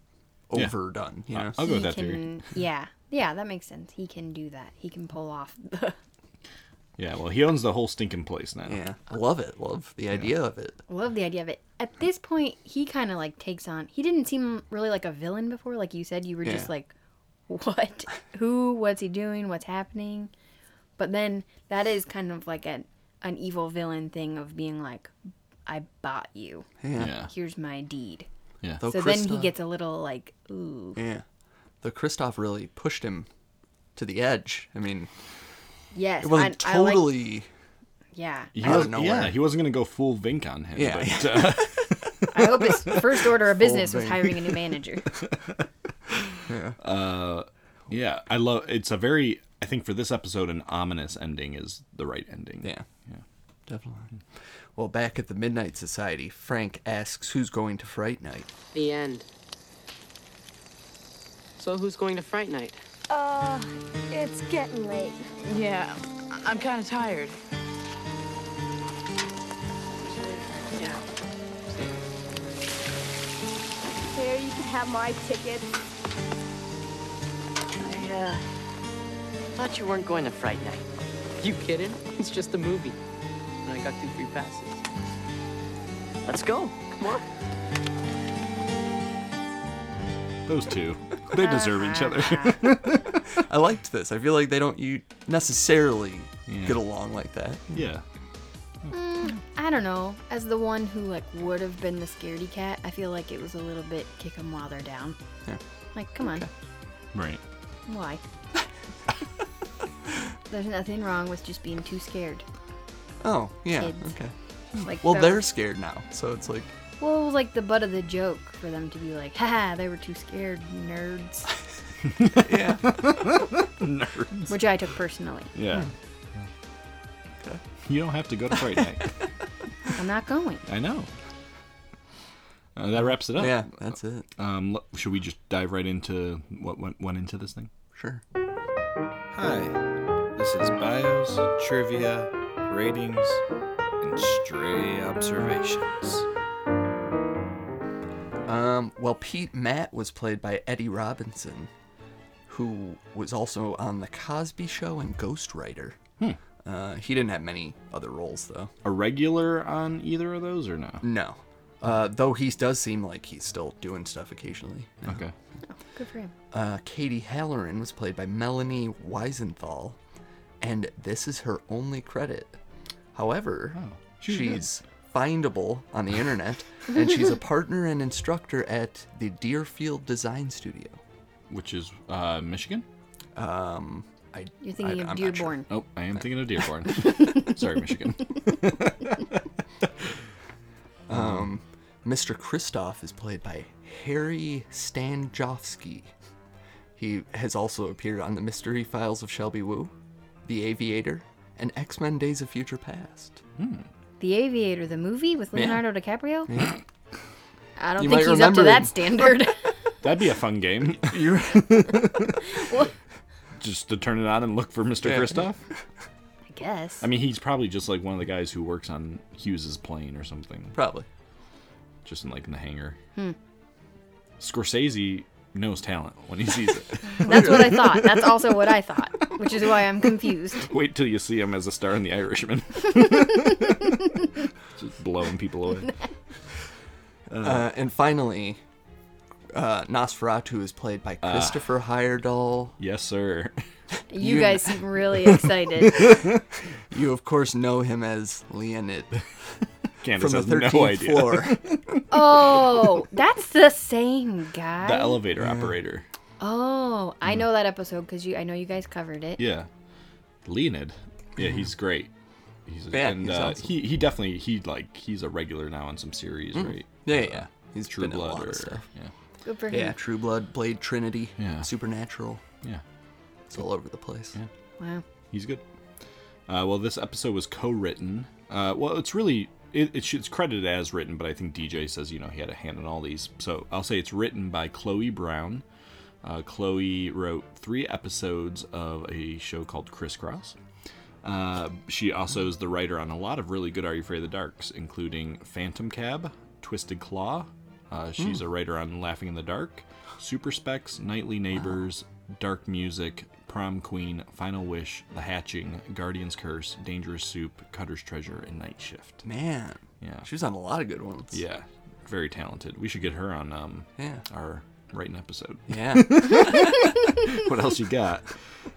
Speaker 4: Yeah. Uh,
Speaker 2: overdone, you know.
Speaker 4: I'll go
Speaker 5: He
Speaker 4: with that theory.
Speaker 5: can, yeah, yeah, that makes sense. He can do that. He can pull off the
Speaker 4: Yeah, well, he owns the whole stinking place now.
Speaker 2: Yeah, I love it. Love the idea of it.
Speaker 5: Love the idea of it. At this point, he kind of like takes on. He didn't seem really like a villain before, like you said. You were just
Speaker 2: Yeah.
Speaker 5: like, what? Who? What's he doing? What's happening? But then that is kind of like an an evil villain thing of being like, I bought you.
Speaker 2: Yeah.
Speaker 4: Yeah.
Speaker 5: Here's my deed.
Speaker 4: Yeah.
Speaker 2: Though
Speaker 5: so then he
Speaker 2: Krista-
Speaker 5: gets a little like, ooh,
Speaker 2: Yeah. Though Kristoff really pushed him to the edge. I mean,
Speaker 5: Yes,
Speaker 2: it wasn't
Speaker 5: I- I like-
Speaker 2: totally.
Speaker 5: Yeah.
Speaker 4: He
Speaker 2: Out of
Speaker 4: was,
Speaker 2: nowhere.
Speaker 4: Yeah, he wasn't gonna go full Vink on him.
Speaker 2: Yeah.
Speaker 4: But, uh,
Speaker 5: I hope his first order of business was
Speaker 4: thing.
Speaker 5: hiring a new manager.
Speaker 4: yeah. Uh, yeah, I love. It's a very. I think for this episode, an ominous ending is the right ending.
Speaker 2: Yeah.
Speaker 4: Yeah.
Speaker 2: Definitely. Well, back at the Midnight Society, Frank asks who's going to Fright Night.
Speaker 6: The end. So who's going to Fright Night?
Speaker 7: Uh, it's getting late.
Speaker 8: Yeah, I'm kind of tired.
Speaker 7: There, you can have my ticket.
Speaker 6: I uh, thought you weren't going to Fright Night. You kidding? It's just a movie. And I got two free passes. Let's go. Come on.
Speaker 4: Those two, they deserve each other.
Speaker 2: I liked this. I feel like they don't you necessarily
Speaker 4: Yeah.
Speaker 2: get along like that.
Speaker 4: yeah.
Speaker 5: Mm, I don't know. As the one who like would have been the scaredy cat, I feel like it was a little bit kick 'em while they're down.
Speaker 2: Yeah.
Speaker 5: Like, come on,
Speaker 4: Right.
Speaker 5: why? There's nothing wrong with just being too scared.
Speaker 2: Oh, yeah.
Speaker 5: Kids.
Speaker 2: Okay.
Speaker 5: Like
Speaker 2: Hmm. well,
Speaker 5: the-
Speaker 2: they're scared now, so it's like
Speaker 5: Well, it was like the butt of the joke for them to be like, "Ha, they were too scared, nerds."
Speaker 2: yeah.
Speaker 4: Nerds.
Speaker 5: Which I took personally.
Speaker 4: Yeah. You don't have to go to Fright Night.
Speaker 5: I'm not going.
Speaker 4: I know. Uh, that wraps it up.
Speaker 2: Yeah, that's it.
Speaker 4: Um, l- should we just dive right into what went, went into this thing?
Speaker 2: Sure.
Speaker 12: Hi, this is bios, trivia, ratings, and stray observations.
Speaker 2: Um, well, Pete Matt was played by Eddie Robinson, who was also on The Cosby Show and Ghostwriter.
Speaker 4: Hmm.
Speaker 2: Uh, he didn't have many other roles, though.
Speaker 4: A regular on either of those or no?
Speaker 2: No. Uh, though he does seem like he's still doing stuff occasionally. now.
Speaker 4: Okay.
Speaker 5: Good for him.
Speaker 2: Uh, Katie Halloran was played by Melanie Weisenthal, and this is her only credit. However,
Speaker 4: Oh. she's
Speaker 2: she's,
Speaker 4: good.
Speaker 2: findable on the internet, and she's a partner and instructor at the Deerfield Design Studio.
Speaker 4: Which is uh, Michigan?
Speaker 2: Um, I,
Speaker 5: You're thinking
Speaker 2: I-
Speaker 5: of
Speaker 2: I'm not sure.
Speaker 5: Dearborn.
Speaker 4: Oh, I am thinking of Dearborn. Sorry, Michigan.
Speaker 2: Um, Mr. Kristoff is played by Harry Stanjofsky. He has also appeared on The Mystery Files of Shelby Woo, The Aviator, and X Men Days of Future Past.
Speaker 5: The Aviator, the movie with
Speaker 2: Yeah.
Speaker 5: Leonardo DiCaprio.
Speaker 2: Yeah.
Speaker 5: I don't
Speaker 2: You
Speaker 5: think
Speaker 2: might
Speaker 5: he's up to
Speaker 2: remember
Speaker 5: that
Speaker 2: him.
Speaker 5: standard.
Speaker 4: That'd be a fun game.
Speaker 2: You're
Speaker 4: just to turn it on and look for Mr.
Speaker 2: Yeah.
Speaker 4: Kristoff.
Speaker 5: I guess.
Speaker 4: I mean, he's probably just like one of the guys who works on Hughes's plane or something,
Speaker 2: Probably.
Speaker 4: just in like in the hangar.
Speaker 5: Hmm.
Speaker 4: Scorsese knows talent when he sees it.
Speaker 5: That's what I thought. That's also what I thought, which is why I'm confused.
Speaker 4: Wait till you see him as a star in The Irishman. just blowing people away.
Speaker 2: Uh, and finally, uh, Nosferatu is played by
Speaker 4: Ah.
Speaker 2: Christopher Heyerdahl.
Speaker 4: Yes, sir.
Speaker 5: You,
Speaker 2: You-
Speaker 5: guys seem really excited.
Speaker 2: You, of course, know him as Leonid
Speaker 4: Candace
Speaker 2: from
Speaker 4: has
Speaker 2: the
Speaker 4: no
Speaker 2: 13th
Speaker 4: idea.
Speaker 2: floor.
Speaker 5: oh, that's the same guy.
Speaker 4: The elevator operator.
Speaker 5: Oh, I know that episode because you. I know you guys covered it.
Speaker 4: Yeah, Leonid. Yeah, he's great. He's a,
Speaker 2: Yeah,
Speaker 4: and
Speaker 2: he's
Speaker 4: uh,
Speaker 2: awesome. Mm-hmm.
Speaker 4: he he definitely he like he's a regular now on some series, right? Uh,
Speaker 2: Yeah, yeah. He's
Speaker 4: True
Speaker 2: been in a
Speaker 4: Blood
Speaker 2: lot of
Speaker 4: or
Speaker 2: stuff.
Speaker 4: yeah,
Speaker 5: Good for
Speaker 2: Yeah,
Speaker 5: him.
Speaker 2: True Blood, Blade Trinity,
Speaker 4: Yeah.
Speaker 2: Supernatural.
Speaker 4: yeah.
Speaker 2: It's all over the place.
Speaker 4: Yeah.
Speaker 5: Wow.
Speaker 4: He's good. Uh, well, this episode was co-written. Uh, well, it's really it, it should, it's credited as written, but I think DJ says you know he had a hand in all these. So I'll say it's written by Chloe Brown. Uh, Chloe wrote three episodes of a show called Crisscross. Uh, she also is the writer on a lot of really good Are You Afraid of the Darks, including Phantom Cab, Twisted Claw. Uh, she's a writer on Laughing in the Dark, Super Specs, Nightly Neighbors, Dark Music, Prom Queen, Final Wish, The Hatching, Guardian's Curse, Dangerous Soup, Cutter's Treasure, and Night Shift.
Speaker 2: Man,
Speaker 4: Yeah.
Speaker 2: she was on a lot of good ones.
Speaker 4: Yeah, very talented. We should get her on um,
Speaker 2: Yeah.
Speaker 4: our writing episode.
Speaker 2: Yeah.
Speaker 4: what else you got?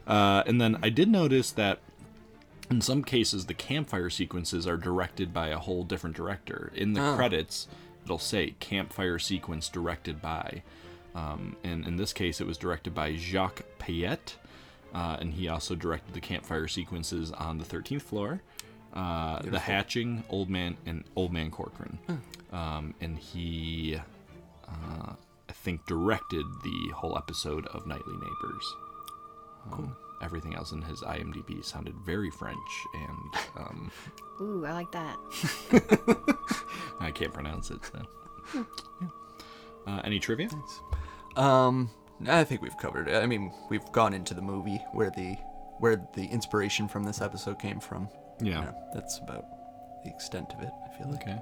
Speaker 4: Uh, and then I did notice that in some cases the campfire sequences are directed by a whole different director. In the
Speaker 2: Oh.
Speaker 4: credits, it'll say campfire sequence directed by. Um, and in this case, it was directed by Jacques Payette. uh, and he also directed the campfire sequences on the 13th floor, uh, the
Speaker 2: Beautiful.
Speaker 4: hatching, old man, and old man Corcoran. Um, and he, uh, I think, directed the whole episode of Nightly Neighbors. Um, Everything else in his IMDb sounded very French, and um,
Speaker 5: Ooh, I like that.
Speaker 4: I can't pronounce it. So,
Speaker 2: Hmm.
Speaker 4: yeah. uh, any trivia?
Speaker 2: Um, I think we've covered it. I mean, we've gone into the movie where the where the inspiration from this episode came from.
Speaker 4: Yeah.
Speaker 2: that's about the extent of it. I feel like.
Speaker 4: Okay.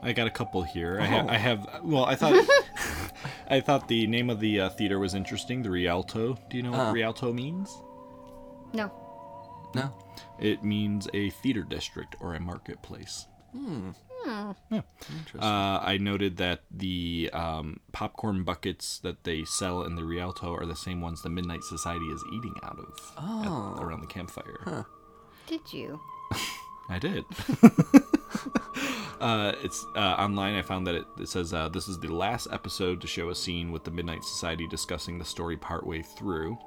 Speaker 4: I got a couple here. I,
Speaker 2: Oh.
Speaker 4: ha- I have. Well, I thought. I thought the name of the uh, theater was interesting. The Rialto. Do you know what
Speaker 2: Uh.
Speaker 4: Rialto means?
Speaker 5: No.
Speaker 2: No.
Speaker 4: It means a theater district or a marketplace.
Speaker 2: Hmm.
Speaker 5: Hmm.
Speaker 4: Uh, I noted that the um, popcorn buckets that they sell in the Rialto are the same ones the Midnight Society is eating out of at-
Speaker 5: Oh.
Speaker 4: around the campfire.
Speaker 5: Did you?
Speaker 4: I did. uh, it's uh, online. I found that it, it says uh, this is the last episode to show a scene with the Midnight Society discussing the story partway through,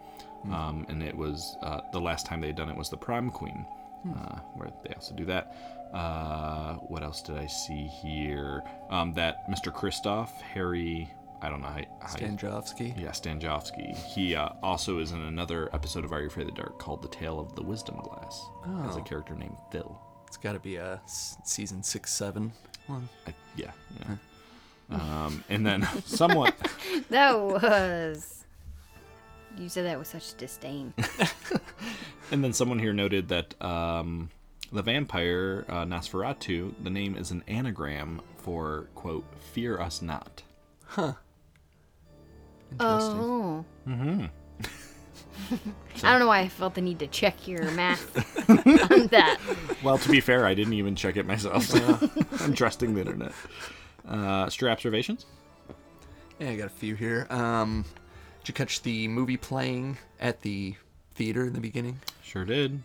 Speaker 4: um, and it was uh, the last time they had done it was the Prom Queen,
Speaker 12: Hmm.
Speaker 4: uh, where they also do that. Uh, what else did I see here? Um, that Mr. Kristoff, Harry. I don't know. I,
Speaker 2: Stanjovsky.
Speaker 4: Yeah, Stanjovsky. He uh, also is in another episode of Are You Afraid of the Dark called The Tale of the Wisdom Glass. As a
Speaker 2: Oh.
Speaker 4: character named Phil.
Speaker 2: It's got to be a season six, seven one.
Speaker 4: I, yeah. yeah. Um, and then somewhat.
Speaker 5: That was. You said that with such disdain.
Speaker 4: And then someone here noted that um, the vampire uh, Nosferatu, the name is an anagram for quote "fear us not."
Speaker 2: Huh.
Speaker 5: Oh.
Speaker 4: Mm-hmm.
Speaker 5: I don't know why I felt the need to check your math on that.
Speaker 4: Well, to be fair, I didn't even check it myself. so I'm trusting the internet. Uh, stray observations.
Speaker 2: Yeah, I got a few here. Um, did you catch the movie playing at the theater in the beginning?
Speaker 4: Sure did.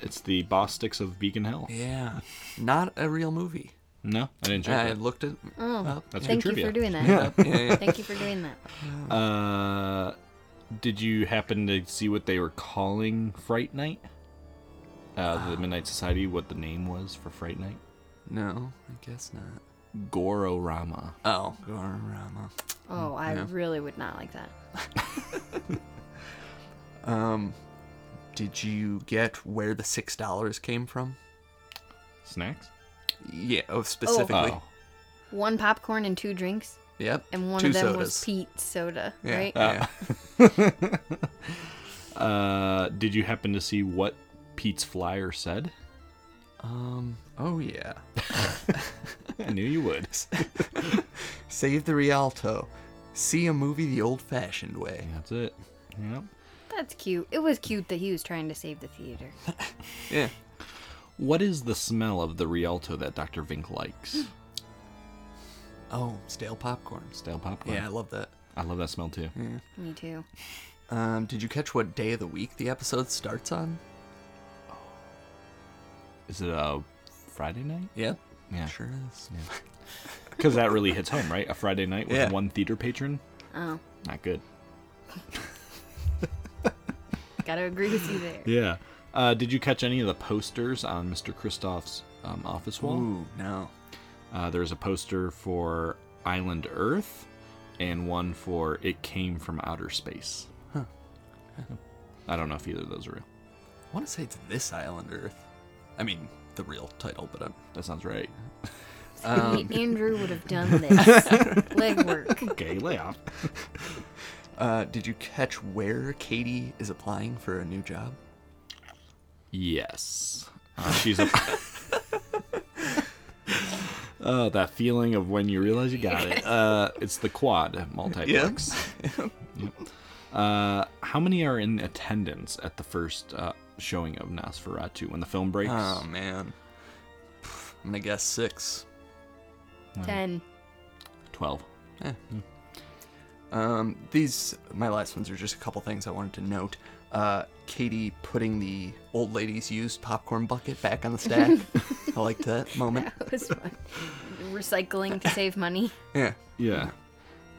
Speaker 4: It's the Boss Sticks of Beacon Hill.
Speaker 2: Yeah, not a real movie.
Speaker 4: No, I didn't check
Speaker 2: I
Speaker 4: that.
Speaker 2: looked it
Speaker 5: Oh,
Speaker 2: up.
Speaker 4: That's
Speaker 5: thank
Speaker 4: good
Speaker 5: you for
Speaker 4: trivia.
Speaker 5: doing that.
Speaker 4: Yeah. Yeah, yeah.
Speaker 5: Thank you for doing that.
Speaker 4: Uh, did you happen to see what they were calling Fright Night? Uh, the Midnight Society, what the name was for Fright Night?
Speaker 2: No, I guess not.
Speaker 4: Gororama.
Speaker 2: Oh, Gororama.
Speaker 5: Oh, I
Speaker 2: Yeah.
Speaker 5: really would not like that.
Speaker 2: Um, did you get where the six dollars came from?
Speaker 4: Snacks.
Speaker 2: Yeah, oh, specifically.
Speaker 4: Oh.
Speaker 5: One popcorn and two drinks.
Speaker 2: Yep,
Speaker 5: And one
Speaker 2: two
Speaker 5: of them
Speaker 2: sodas.
Speaker 5: was Pete's soda,
Speaker 2: Yeah,
Speaker 5: right?
Speaker 2: yeah.
Speaker 4: Uh, did you happen to see what Pete's flyer said?
Speaker 2: Um. Oh yeah.
Speaker 4: I knew you would.
Speaker 2: Save the Rialto. See a movie the old-fashioned way.
Speaker 4: That's it. Yep.
Speaker 5: That's cute. It was cute that he was trying to save the theater.
Speaker 2: Yeah.
Speaker 4: What is the smell of the Rialto that Dr. Vink likes?
Speaker 2: Oh, stale popcorn.
Speaker 4: Stale popcorn.
Speaker 2: Yeah, I love that.
Speaker 4: I love that smell too.
Speaker 2: Yeah.
Speaker 5: Me too.
Speaker 2: Um, did you catch what day of the week the episode starts on?
Speaker 4: Is it a Friday night?
Speaker 2: Yep.
Speaker 4: Yeah.
Speaker 2: Sure is.
Speaker 4: Because that really hits home, right? A Friday night with
Speaker 2: Yeah.
Speaker 4: one theater patron?
Speaker 5: Oh,
Speaker 4: Not good.
Speaker 5: gotta agree with you there.
Speaker 4: Yeah. Uh, did you catch any of the posters on Mr. Kristoff's um, office wall?
Speaker 2: Ooh, no.
Speaker 4: Uh, there's a poster for Island Earth and one for It Came from Outer Space.
Speaker 2: Huh.
Speaker 4: I don't know if either of those are real.
Speaker 2: I want to say it's this island Earth. I mean, the real title, but I'm.
Speaker 4: That sounds right.
Speaker 2: Um,
Speaker 5: Andrew would have done this. Legwork.
Speaker 4: Okay, lay off.
Speaker 2: uh, did you catch where Katie is applying for a new job?
Speaker 4: Yes. Uh, she's a. Oh, that feeling of when you realize you got it. Uh, it's the quad multiplex. Yep. Uh, how many are in attendance at the first uh, showing of Nosferatu when the film breaks?
Speaker 2: Oh man. Pff, I'm gonna guess six.
Speaker 5: Ten.
Speaker 4: Twelve.
Speaker 2: Eh. Um, these my last ones are just a couple things I wanted to note. Uh, Katie putting the old lady's used popcorn bucket back on the stack. I liked that moment.
Speaker 5: That was fun. Recycling to save money.
Speaker 2: Yeah.
Speaker 4: Yeah.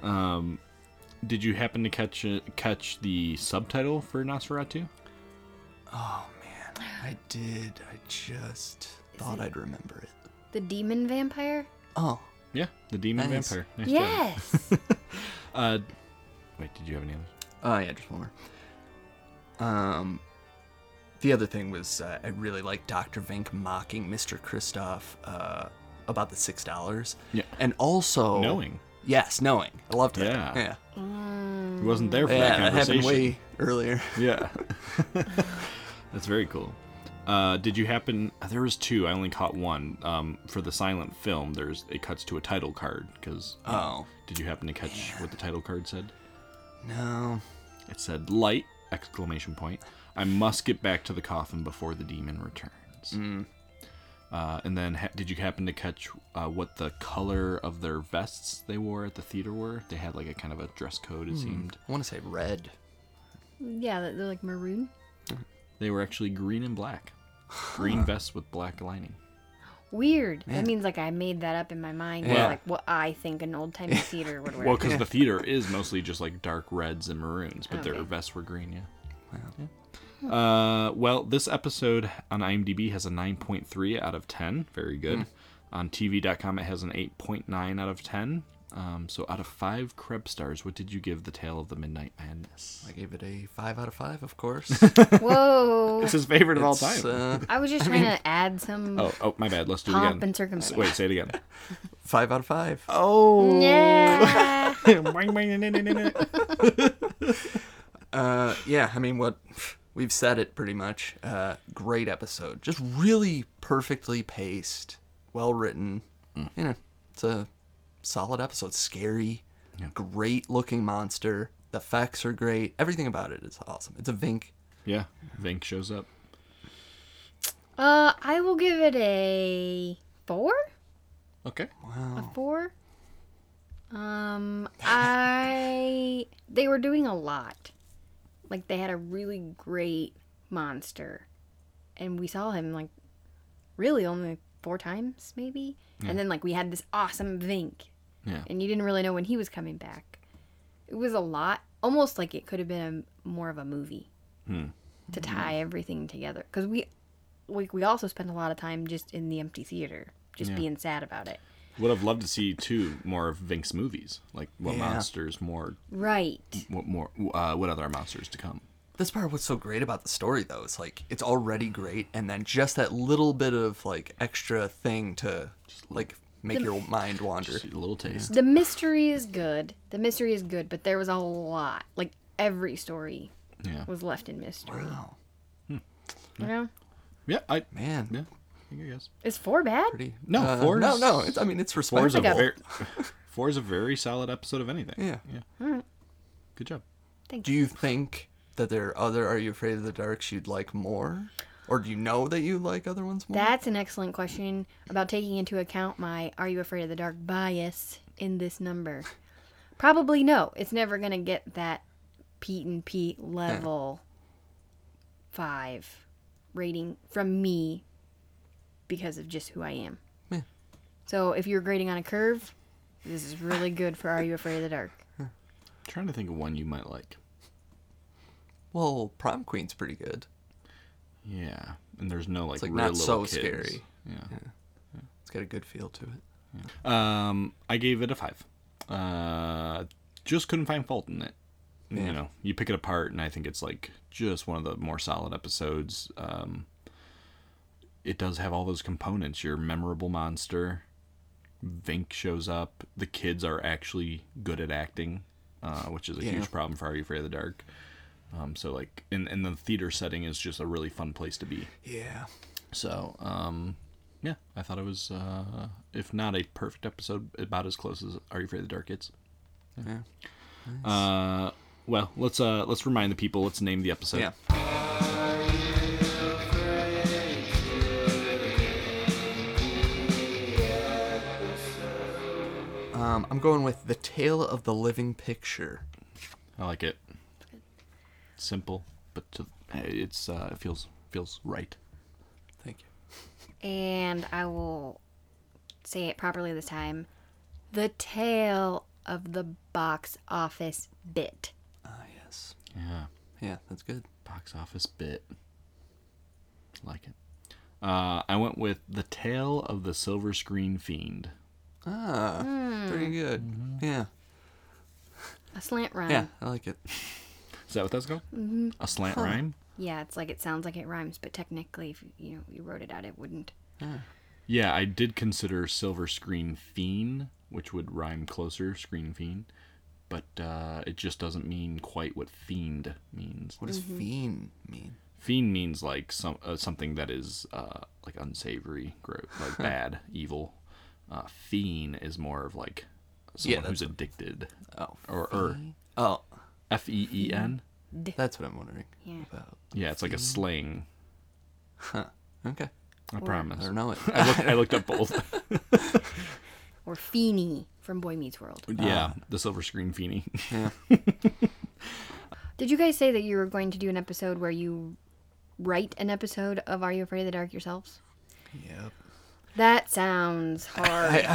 Speaker 4: Um, Did you happen to catch uh, catch the subtitle for Nosferatu?
Speaker 2: Oh man, I did. I just thought I'd remember it.
Speaker 5: The demon vampire?
Speaker 2: Oh,
Speaker 4: Yeah, the demon
Speaker 2: Nice.
Speaker 4: vampire.
Speaker 5: Yes.
Speaker 4: job. uh, wait, did you have any others?
Speaker 2: Oh yeah, just one more. Um, the other thing was uh, I really liked Doctor Vink mocking Mister Kristoff uh, about the six dollars.
Speaker 4: Yeah.
Speaker 2: and also
Speaker 4: Knowing.
Speaker 2: Yes, knowing. I loved that.
Speaker 4: Yeah.
Speaker 2: yeah.
Speaker 4: He wasn't there for
Speaker 2: Yeah,
Speaker 4: that
Speaker 2: that
Speaker 4: conversation.
Speaker 2: happened way earlier.
Speaker 4: Yeah. That's very cool. Uh, did you happen? There was two. I only caught one. Um, for the silent film, there's it cuts to a title card because.
Speaker 2: Oh.
Speaker 4: Did you happen to catch what the title card said?
Speaker 2: No.
Speaker 4: It said light exclamation point. I must get back to the coffin before the demon returns. Uh, and then, ha- did you happen to catch uh, what the color of their vests they wore at the theater were? They had like a kind of a dress code. It
Speaker 2: Hmm.
Speaker 4: seemed.
Speaker 2: I want to say red.
Speaker 5: Yeah, they're they're like maroon.
Speaker 4: They were actually green and black. Green vests with black lining.
Speaker 5: Weird.
Speaker 4: Man.
Speaker 5: That means like I made that up in my mind. Yeah.
Speaker 4: Yeah.
Speaker 5: Like what I think an old timey theater would wear.
Speaker 4: Well, because the theater is mostly just like dark reds and maroons, but their
Speaker 5: Okay.
Speaker 4: vests were green, yeah. Uh, well, this episode on IMDb has a 9.3 out of 10. Very good. On TV.com, it has an 8.9 out of 10. Um, so, out of five Kreb stars, what did you give The Tale of the Midnight Madness?
Speaker 2: I gave it a five out of five, of course.
Speaker 5: Whoa.
Speaker 4: It's his favorite of all
Speaker 2: It's,
Speaker 4: time.
Speaker 2: uh,
Speaker 5: I was just trying to add some.
Speaker 4: Oh, oh, my bad. Let's do it
Speaker 5: Pomp
Speaker 4: again.
Speaker 5: and circumstance.
Speaker 4: Wait, say it again.
Speaker 2: Five out of five.
Speaker 4: Oh.
Speaker 5: Yeah.
Speaker 2: Uh, yeah, I mean, what we've said it pretty much. Uh, great episode, just really perfectly paced, well written.
Speaker 4: Mm.
Speaker 2: You know, it's a solid episode. Scary, great looking monster. The effects are great. Everything about it is awesome. It's a vink.
Speaker 4: Yeah, Vink shows up.
Speaker 5: Uh, I will give it a four.
Speaker 4: Okay.
Speaker 5: A
Speaker 4: Oh.
Speaker 2: Wow.
Speaker 5: four. Um, I they were doing a lot. Like they had a really great monster, and we saw him like really only four times maybe,
Speaker 4: Yeah.
Speaker 5: and then like we had this awesome Vink,
Speaker 4: Yeah.
Speaker 5: and you didn't really know when he was coming back. It was a lot, almost like it could have been a, more of a movie
Speaker 4: Hmm.
Speaker 5: to tie everything together because we like we also spent a lot of time just in the empty theater just
Speaker 4: Yeah.
Speaker 5: being sad about it
Speaker 4: Would have loved to see too more of Vink's movies, like what
Speaker 2: Yeah.
Speaker 4: monsters, more
Speaker 5: right
Speaker 4: what more, uh, what other monsters to come.
Speaker 2: That's part of what's so great about the story, though. It's like it's already great, and then just that little bit of like extra thing to like make
Speaker 5: The-
Speaker 2: your mind wander.
Speaker 4: Just a little taste.
Speaker 5: the mystery is good the mystery is good but there was a lot like every story
Speaker 4: Yeah.
Speaker 5: was left in mystery
Speaker 2: Wow,
Speaker 5: you know
Speaker 4: Yeah, I
Speaker 2: man.
Speaker 4: yeah, I think I guess.
Speaker 5: is four bad
Speaker 2: Pretty.
Speaker 4: No,
Speaker 2: uh,
Speaker 4: four
Speaker 2: No,
Speaker 4: is-
Speaker 2: no. It's, I mean, it's
Speaker 4: Four is a
Speaker 2: respectable.
Speaker 4: very four is a very solid episode of anything.
Speaker 2: Yeah.
Speaker 4: Yeah.
Speaker 5: Alright.
Speaker 4: Good job.
Speaker 5: thank
Speaker 2: Do
Speaker 5: you
Speaker 2: you think that there are other Are You Afraid of the Darks you'd like more? Or do you know that you like other ones more?
Speaker 5: that's an excellent question about taking into account my are you afraid of the dark bias in this number probably no it's never gonna get that pete and pete level five rating from me because of just who i am
Speaker 2: Yeah.
Speaker 5: so if you're grading on a curve this is really good for are you afraid of the dark
Speaker 4: trying to think of one you might like.
Speaker 2: Well, Prom Queen's pretty good.
Speaker 4: Yeah. And there's no like,
Speaker 2: It's like
Speaker 4: real
Speaker 2: not so
Speaker 4: little kids.
Speaker 2: scary.
Speaker 4: Yeah.
Speaker 2: It's got a good feel to it.
Speaker 4: Um, I gave it a five. Uh, just couldn't find fault in it. You know, you pick it apart, and I think it's like just one of the more solid episodes. Um, it does have all those components. Your memorable monster, Vink shows up. The kids are actually good at acting, uh, which is a
Speaker 2: Yeah.
Speaker 4: huge problem for Are You Afraid of the Dark. Um, so like, and and the theater setting is just a really fun place to be.
Speaker 2: Yeah.
Speaker 4: So, um, yeah, I thought it was, uh, if not a perfect episode, about as close as Are You Afraid of the Dark gets.
Speaker 2: Yeah.
Speaker 4: Uh, well, let's uh, let's remind the people. Let's name the episode.
Speaker 2: Yeah. Um, I'm going with The Tale of the Living Picture.
Speaker 4: I like it. Simple, but to, it's uh, it feels feels right.
Speaker 2: Thank you.
Speaker 5: and i will say it properly this time the tale of the box office bit.
Speaker 2: Ah, yes.
Speaker 4: Yeah.
Speaker 2: Yeah, that's good.
Speaker 4: Box office bit. Like it. Uh, I went with The Tale of the Silver Screen Fiend.
Speaker 2: Ah, pretty good. Yeah.
Speaker 5: A slant rhyme.
Speaker 2: Yeah, I like it.
Speaker 4: Is that what that's called?
Speaker 5: Mhm.
Speaker 4: A slant
Speaker 5: Huh.
Speaker 4: rhyme?
Speaker 5: Yeah, it's like it sounds like it rhymes, but technically, if you know you wrote it out, it wouldn't.
Speaker 4: Yeah, I did consider Silver Screen Fiend, which would rhyme closer, Screen Fiend, but uh, it just doesn't mean quite what fiend means.
Speaker 2: What does Mhm. fiend mean?
Speaker 4: Fiend means like some uh, something that is uh, like unsavory, gross, like bad, evil. Uh, fiend is more of like
Speaker 2: Yeah,
Speaker 4: someone who's
Speaker 2: that's-
Speaker 4: addicted.
Speaker 2: Oh,
Speaker 4: or, or
Speaker 2: fiend. Oh.
Speaker 4: F E E N.
Speaker 2: That's what I'm wondering
Speaker 5: Yeah.
Speaker 2: about.
Speaker 4: Yeah, it's like a slang.
Speaker 2: Huh. Okay.
Speaker 4: I
Speaker 5: Or-
Speaker 4: promise.
Speaker 2: I don't know it.
Speaker 4: I, look, I looked up both.
Speaker 5: Or Feeny from Boy Meets World.
Speaker 4: yeah, the silver screen Feeny.
Speaker 5: Did you guys say that you were going to do an episode where you write an episode of Are You Afraid of the Dark yourselves?
Speaker 2: Yep.
Speaker 5: That sounds hard.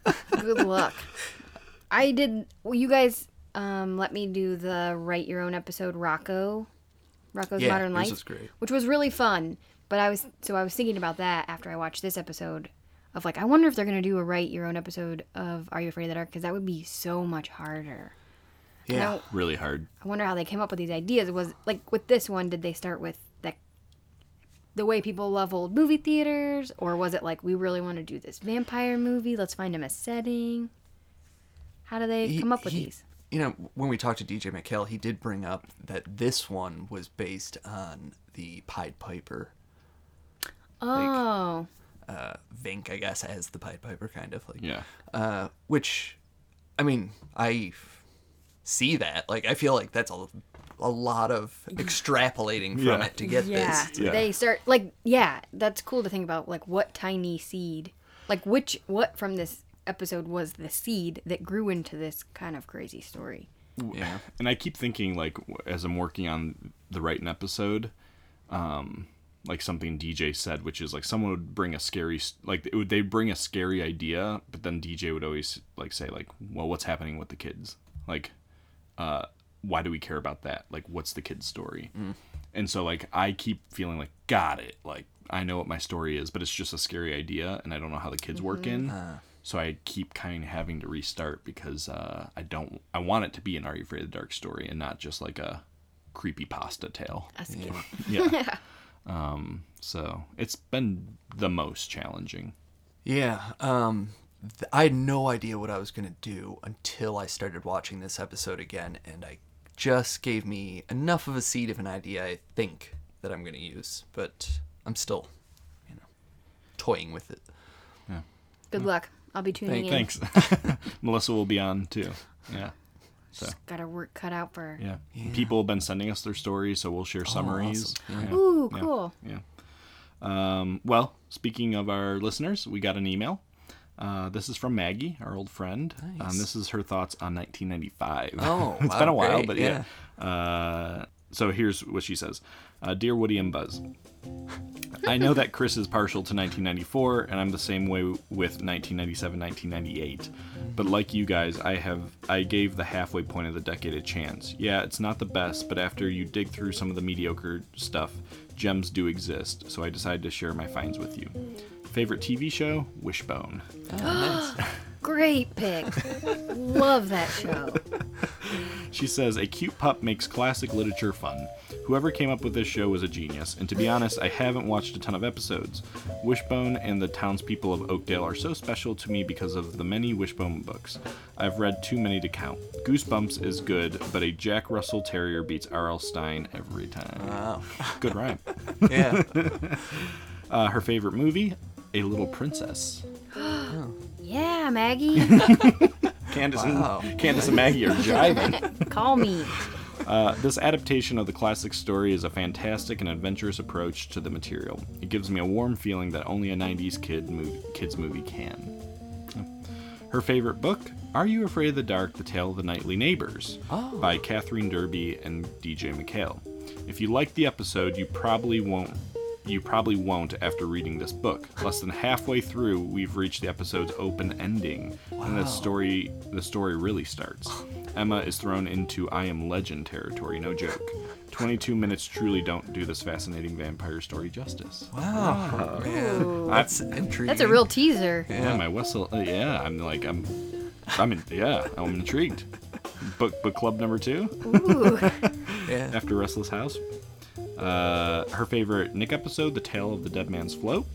Speaker 5: Good luck. I did. Well, you guys um, let me do the write your own episode, Rocco, Rocco's
Speaker 2: Yeah,
Speaker 5: Modern
Speaker 2: yours
Speaker 5: Life,
Speaker 2: was great.
Speaker 5: which was really fun. But I was so I was thinking about that after I watched this episode of like I wonder if they're gonna do a write your own episode of Are You Afraid of the Dark because that would be so much harder. And I
Speaker 4: Yeah,
Speaker 5: don't-
Speaker 4: really hard.
Speaker 5: I wonder how they came up with these ideas. Was like with this one, did they start with that the way people love old movie theaters, or was it like we really want to do this vampire movie? Let's find him a setting. How do they
Speaker 2: He-
Speaker 5: come up with
Speaker 2: he-
Speaker 5: these?
Speaker 2: You know, when we talked to DJ McHale, he did bring up that this one was based on the Pied Piper.
Speaker 5: Oh,
Speaker 2: Uh, Vink, I guess, as the Pied Piper, kind of like.
Speaker 4: Yeah.
Speaker 2: Uh, which, I mean, I f- see that. Like, I feel like that's a, a lot of extrapolating from
Speaker 4: Yeah.
Speaker 2: it to get
Speaker 5: yeah.
Speaker 2: this.
Speaker 5: They start like yeah, that's cool to think about. Like what tiny seed, like which what from this episode was the seed that grew into this kind of crazy story.
Speaker 2: Yeah.
Speaker 4: And I keep thinking, like, w- as I'm working on the writing episode, um, like something DJ said, which is like someone would bring a scary, s- like, it would they bring a scary idea, but then DJ would always like say, like, well, what's happening with the kids? Like, uh, why do we care about that? Like, what's the kid's story? And so, like, I keep feeling like, got it. Like, I know what my story is, but it's just a scary idea, and I don't know how the kids work in. So I keep kind of having to restart because uh, I don't. I want it to be an Are You Afraid of the Dark story and not just like a creepy pasta tale.
Speaker 5: A skit.
Speaker 4: Yeah. um. So it's been the most challenging.
Speaker 2: Yeah. Um, th- I had no idea what I was going to do until I started watching this episode again, and I just gave me enough of a seed of an idea, I think, that I'm going to use. But I'm still, you know, toying with it.
Speaker 5: Good
Speaker 2: Hmm.
Speaker 5: luck. I'll be tuning in.
Speaker 4: Thanks. Melissa will be on too. Yeah. So
Speaker 5: Got our work cut out for.
Speaker 4: yeah. People have been sending us their stories, so we'll share summaries. Yeah.
Speaker 5: Ooh,
Speaker 4: Yeah.
Speaker 5: cool.
Speaker 4: Yeah. Um, well, speaking of our listeners, we got an email. Uh, this is from Maggie, our old friend. Um, this is her thoughts on 1995.
Speaker 2: Oh,
Speaker 4: it's
Speaker 2: wow,
Speaker 4: been a while,
Speaker 2: great,
Speaker 4: but yeah. Uh, so here's what she says uh, Dear Woody and Buzz, I know that Chris is partial to 1994, and I'm the same way with 1997, 1998. But like you guys, I have I gave the halfway point of the decade a chance. Yeah, it's not the best, but after you dig through some of the mediocre stuff, gems do exist. So I decided to share my finds with you. Favorite TV show? Wishbone.
Speaker 5: Great pick. Love that show.
Speaker 4: She says, A cute pup makes classic literature fun. Whoever came up with this show was a genius, and to be honest, I haven't watched a ton of episodes. Wishbone and the townspeople of Oakdale are so special to me because of the many Wishbone books. I've read too many to count. Goosebumps is good, but a Jack Russell Terrier beats R.L. Stein every time.
Speaker 2: Wow.
Speaker 4: Good rhyme.
Speaker 2: Yeah.
Speaker 4: Uh, her favorite movie? A Little Princess.
Speaker 5: Yeah, Maggie.
Speaker 4: Candace,
Speaker 2: Wow.
Speaker 4: and, Candace and Maggie are jiving.
Speaker 5: Call me.
Speaker 4: Uh, this adaptation of the classic story is a fantastic and adventurous approach to the material. It gives me a warm feeling that only a 90s kid movie, kids movie can. Her favorite book, Are You Afraid of the Dark? The Tale of the Nightly Neighbors
Speaker 2: Oh.
Speaker 4: by Katherine Derby and DJ McHale. If you liked the episode, you probably won't you probably won't after reading this book. Less than halfway through, we've reached the episode's open ending, and
Speaker 12: Wow.
Speaker 4: the story the story really starts. Emma is thrown into I am legend territory, no joke. 22 minutes truly don't do this fascinating vampire story justice.
Speaker 2: Wow, man. Ooh.
Speaker 4: I-
Speaker 2: That's intriguing.
Speaker 5: That's a real teaser.
Speaker 4: yeah, my whistle. Uh, yeah, I'm like I'm, I'm in, yeah, I'm intrigued. Book book club number two.
Speaker 5: Ooh.
Speaker 2: yeah.
Speaker 4: After Restless House, uh, her favorite Nick episode, The Tale of the Dead Man's Float.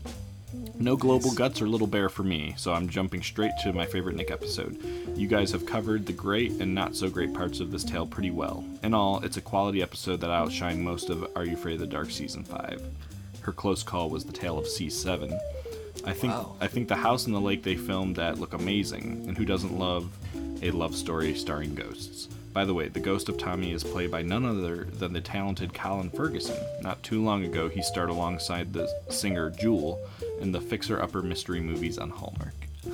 Speaker 4: No global guts or little bear for me, so I'm jumping straight to my favorite Nick episode. You guys have covered the great and not so great parts of this tale pretty well. In all, it's a quality episode that outshined most of Are You Afraid of the Dark season five. Her close call was the tale of C7. I think
Speaker 2: Wow.
Speaker 4: I think the house and the lake they filmed at look amazing, and who doesn't love a love story starring ghosts? By the way, the ghost of Tommy is played by none other than the talented Colin Ferguson. Not too long ago, he starred alongside the singer Jewel in the Fixer Upper mystery movies on Hallmark.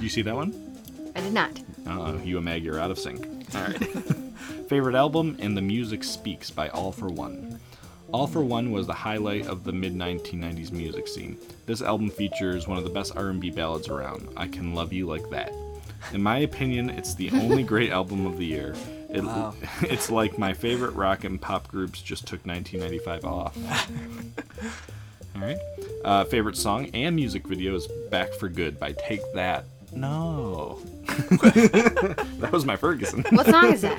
Speaker 4: you see that one?
Speaker 5: I did not.
Speaker 4: Uh, you and Meg, you're out of sync. All right. Favorite album and the music speaks by All for One. All for One was the highlight of the mid 1990s music scene. This album features one of the best R&B ballads around. I can love you like that. In my opinion, it's the only great album of the year. It,
Speaker 2: Wow.
Speaker 4: It's like my favorite rock and pop groups just took 1995 off. All right. Uh, favorite song and music video is "Back for Good" by Take That. No, that was my Ferguson.
Speaker 5: What song is that?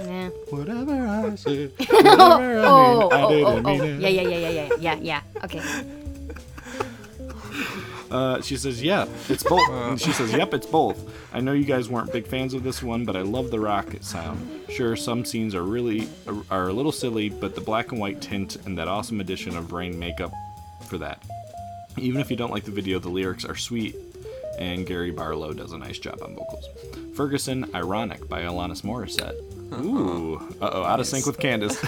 Speaker 5: Nah.
Speaker 4: Whatever I say.
Speaker 5: oh,
Speaker 4: I mean,
Speaker 5: oh,
Speaker 4: I
Speaker 5: oh,
Speaker 4: didn't
Speaker 5: oh.
Speaker 4: mean it.
Speaker 5: Yeah, yeah, yeah, yeah, yeah, yeah, yeah. Okay.
Speaker 4: Uh, she says, "Yeah, it's both." And she says, "Yep, it's both." I know you guys weren't big fans of this one, but I love the rocket sound. Sure, some scenes are really are a little silly, but the black and white tint and that awesome addition of rain makeup for that. Even if you don't like the video, the lyrics are sweet, and Gary Barlow does a nice job on vocals. Ferguson, ironic by Alanis Morissette. Ooh, uh oh, out of sync with Candace.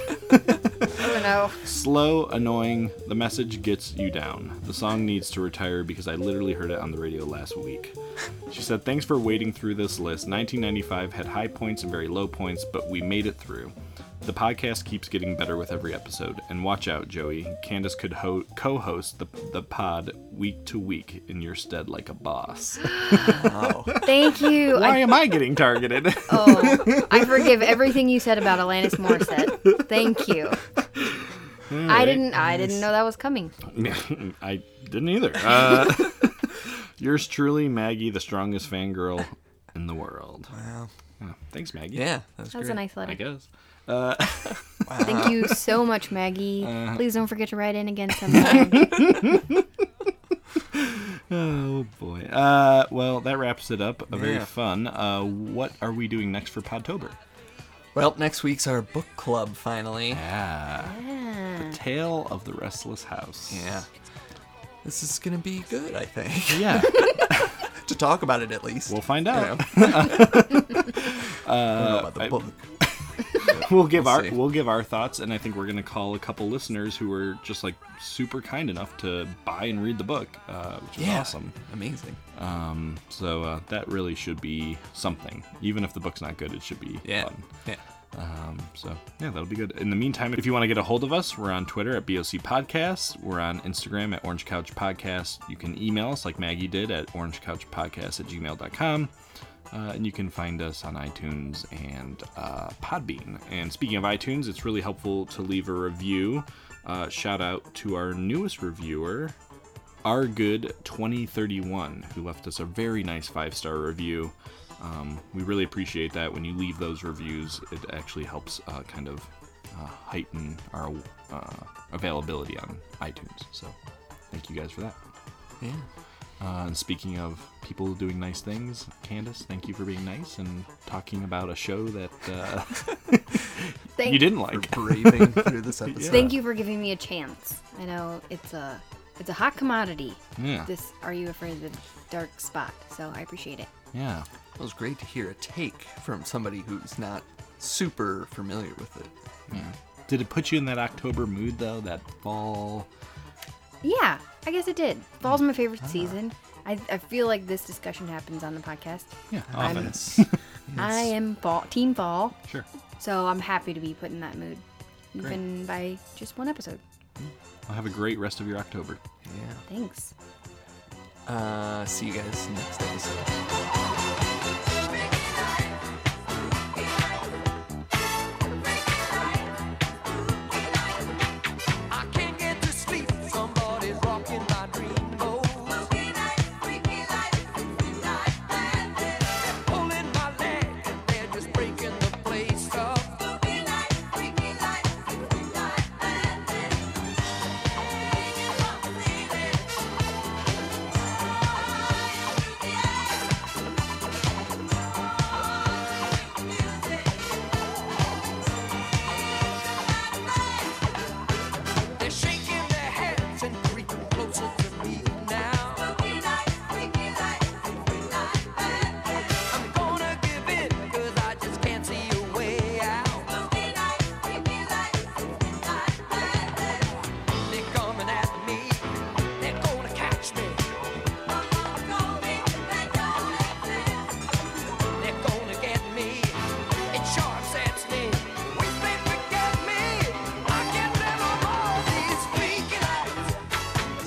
Speaker 5: Oh no.
Speaker 4: Slow, annoying, the message gets you down. The song needs to retire because I literally heard it on the radio last week. She said, Thanks for wading through this list. 1995 had high points and very low points, but we made it through. The podcast keeps getting better with every episode. And watch out, Joey. Candace could ho- co host the, the pod week to week in your stead like a boss.
Speaker 5: Thank you.
Speaker 4: Why
Speaker 5: I,
Speaker 4: am I getting targeted?
Speaker 5: oh, I forgive everything you said about Alanis Morissette. Thank you.
Speaker 4: Hmm,
Speaker 5: I didn't. I didn't know that was coming.
Speaker 4: I didn't either. Uh, yours truly, Maggie, the strongest fangirl in the world. Wow. thanks, Maggie.
Speaker 2: Yeah, that was
Speaker 5: That was a great. nice letter.
Speaker 4: I guess. Uh,
Speaker 5: Thank you so much, Maggie.
Speaker 4: Uh-huh.
Speaker 5: Please don't forget to write in again sometime.
Speaker 4: oh boy. Uh, well, that wraps it up. A very
Speaker 2: Yeah.
Speaker 4: fun. Uh, what are we doing next for Podtober?
Speaker 2: Well, next week's our book club finally.
Speaker 4: Yeah. The Tale of the Restless House.
Speaker 2: Hmm. Yeah. This is gonna be good, I think.
Speaker 4: Yeah.
Speaker 2: to talk about it at least.
Speaker 4: We'll find out.
Speaker 2: You know? I don't know
Speaker 4: Uh,
Speaker 2: about the
Speaker 4: I-
Speaker 2: book.
Speaker 4: we'll give
Speaker 2: We'll
Speaker 4: our
Speaker 2: see.
Speaker 4: we'll give our thoughts, and I think we're gonna call a couple listeners who were just like super kind enough to buy and read the book, uh, which is
Speaker 2: Yeah.
Speaker 4: awesome.
Speaker 2: Amazing.
Speaker 4: Um, so uh, that really should be something. Even if the book's not good, it should be
Speaker 2: Yeah.
Speaker 4: fun.
Speaker 2: Yeah.
Speaker 4: Um, so yeah, that'll be good. In the meantime, if you want to get a hold of us, we're on Twitter at BOC Podcast. We're on Instagram at Orange Couch Podcast. You can email us like Maggie did at orangecouchpodcast at gmail.com. Uh, and you can find us on iTunes and uh, Podbean. And speaking of iTunes, it's really helpful to leave a review. Uh, shout out to our newest reviewer, our good 2031 who left us a very nice five star review um, we really appreciate that when you leave those reviews it actually helps uh, kind of uh, heighten our uh, availability on itunes so thank you guys for that
Speaker 2: Yeah.
Speaker 4: uh, and speaking of people doing nice things candace thank you for being nice and talking about a show that uh,
Speaker 5: Thank-
Speaker 4: you didn't like
Speaker 2: Braving through this episode.
Speaker 5: Thank you for giving me a chance. I know it's a it's a hot commodity.
Speaker 4: Yeah.
Speaker 5: This Are You Afraid of the Dark Spot? So I appreciate it.
Speaker 4: yeah
Speaker 2: It was great to hear a take from somebody who's not super familiar with it.
Speaker 4: did it put you in that october mood though that fall
Speaker 5: Yeah, I guess it did. Fall's my
Speaker 4: Ah.
Speaker 5: favorite season. I, I feel like this discussion happens on the podcast.
Speaker 4: yeah
Speaker 5: I'm-
Speaker 4: often
Speaker 5: I am fall, team fall,
Speaker 4: sure
Speaker 5: so I'm happy to be put in that mood. You've
Speaker 4: Great.
Speaker 5: been by just one episode.
Speaker 4: Well, have a great rest of your October.
Speaker 2: Yeah.
Speaker 5: Thanks.
Speaker 2: Uh, see you guys next episode.
Speaker 3: I can't get to sleep. Somebody's rocking my dream boat. Freaky light, freaky light, freaky light bandit. They're pulling my leg and they're just breaking the place up. Freaky light, freaky light, freaky light bandit. Bring it up, baby. They're shaking their heads and creeping closer to me now. I'm gonna give in 'cause I just can't see a way out. They're coming at me. They're gonna catch me. They're gonna get me. It sure upsets me. Wish they'd forget me. I can't live on all these freaky nights.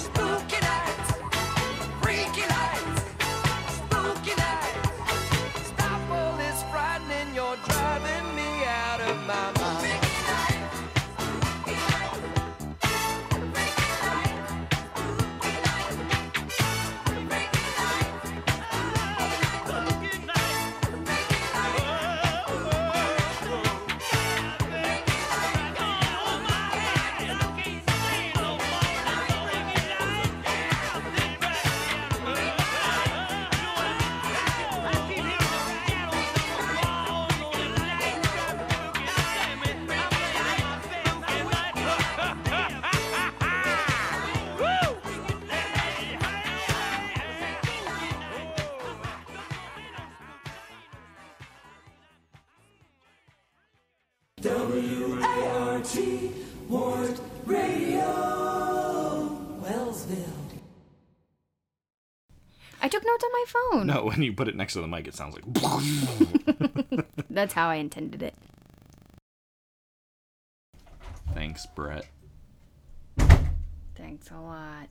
Speaker 3: Spooky nights. Freaky nights. Spooky nights. Stop all this frightening. You're driving me out of my mind. WART Ward Radio Wellsville.
Speaker 5: I took notes on my phone.
Speaker 4: No, when you put it next to the mic, it sounds like.
Speaker 5: That's how I intended it.
Speaker 4: Thanks, Brett.
Speaker 5: Thanks a lot.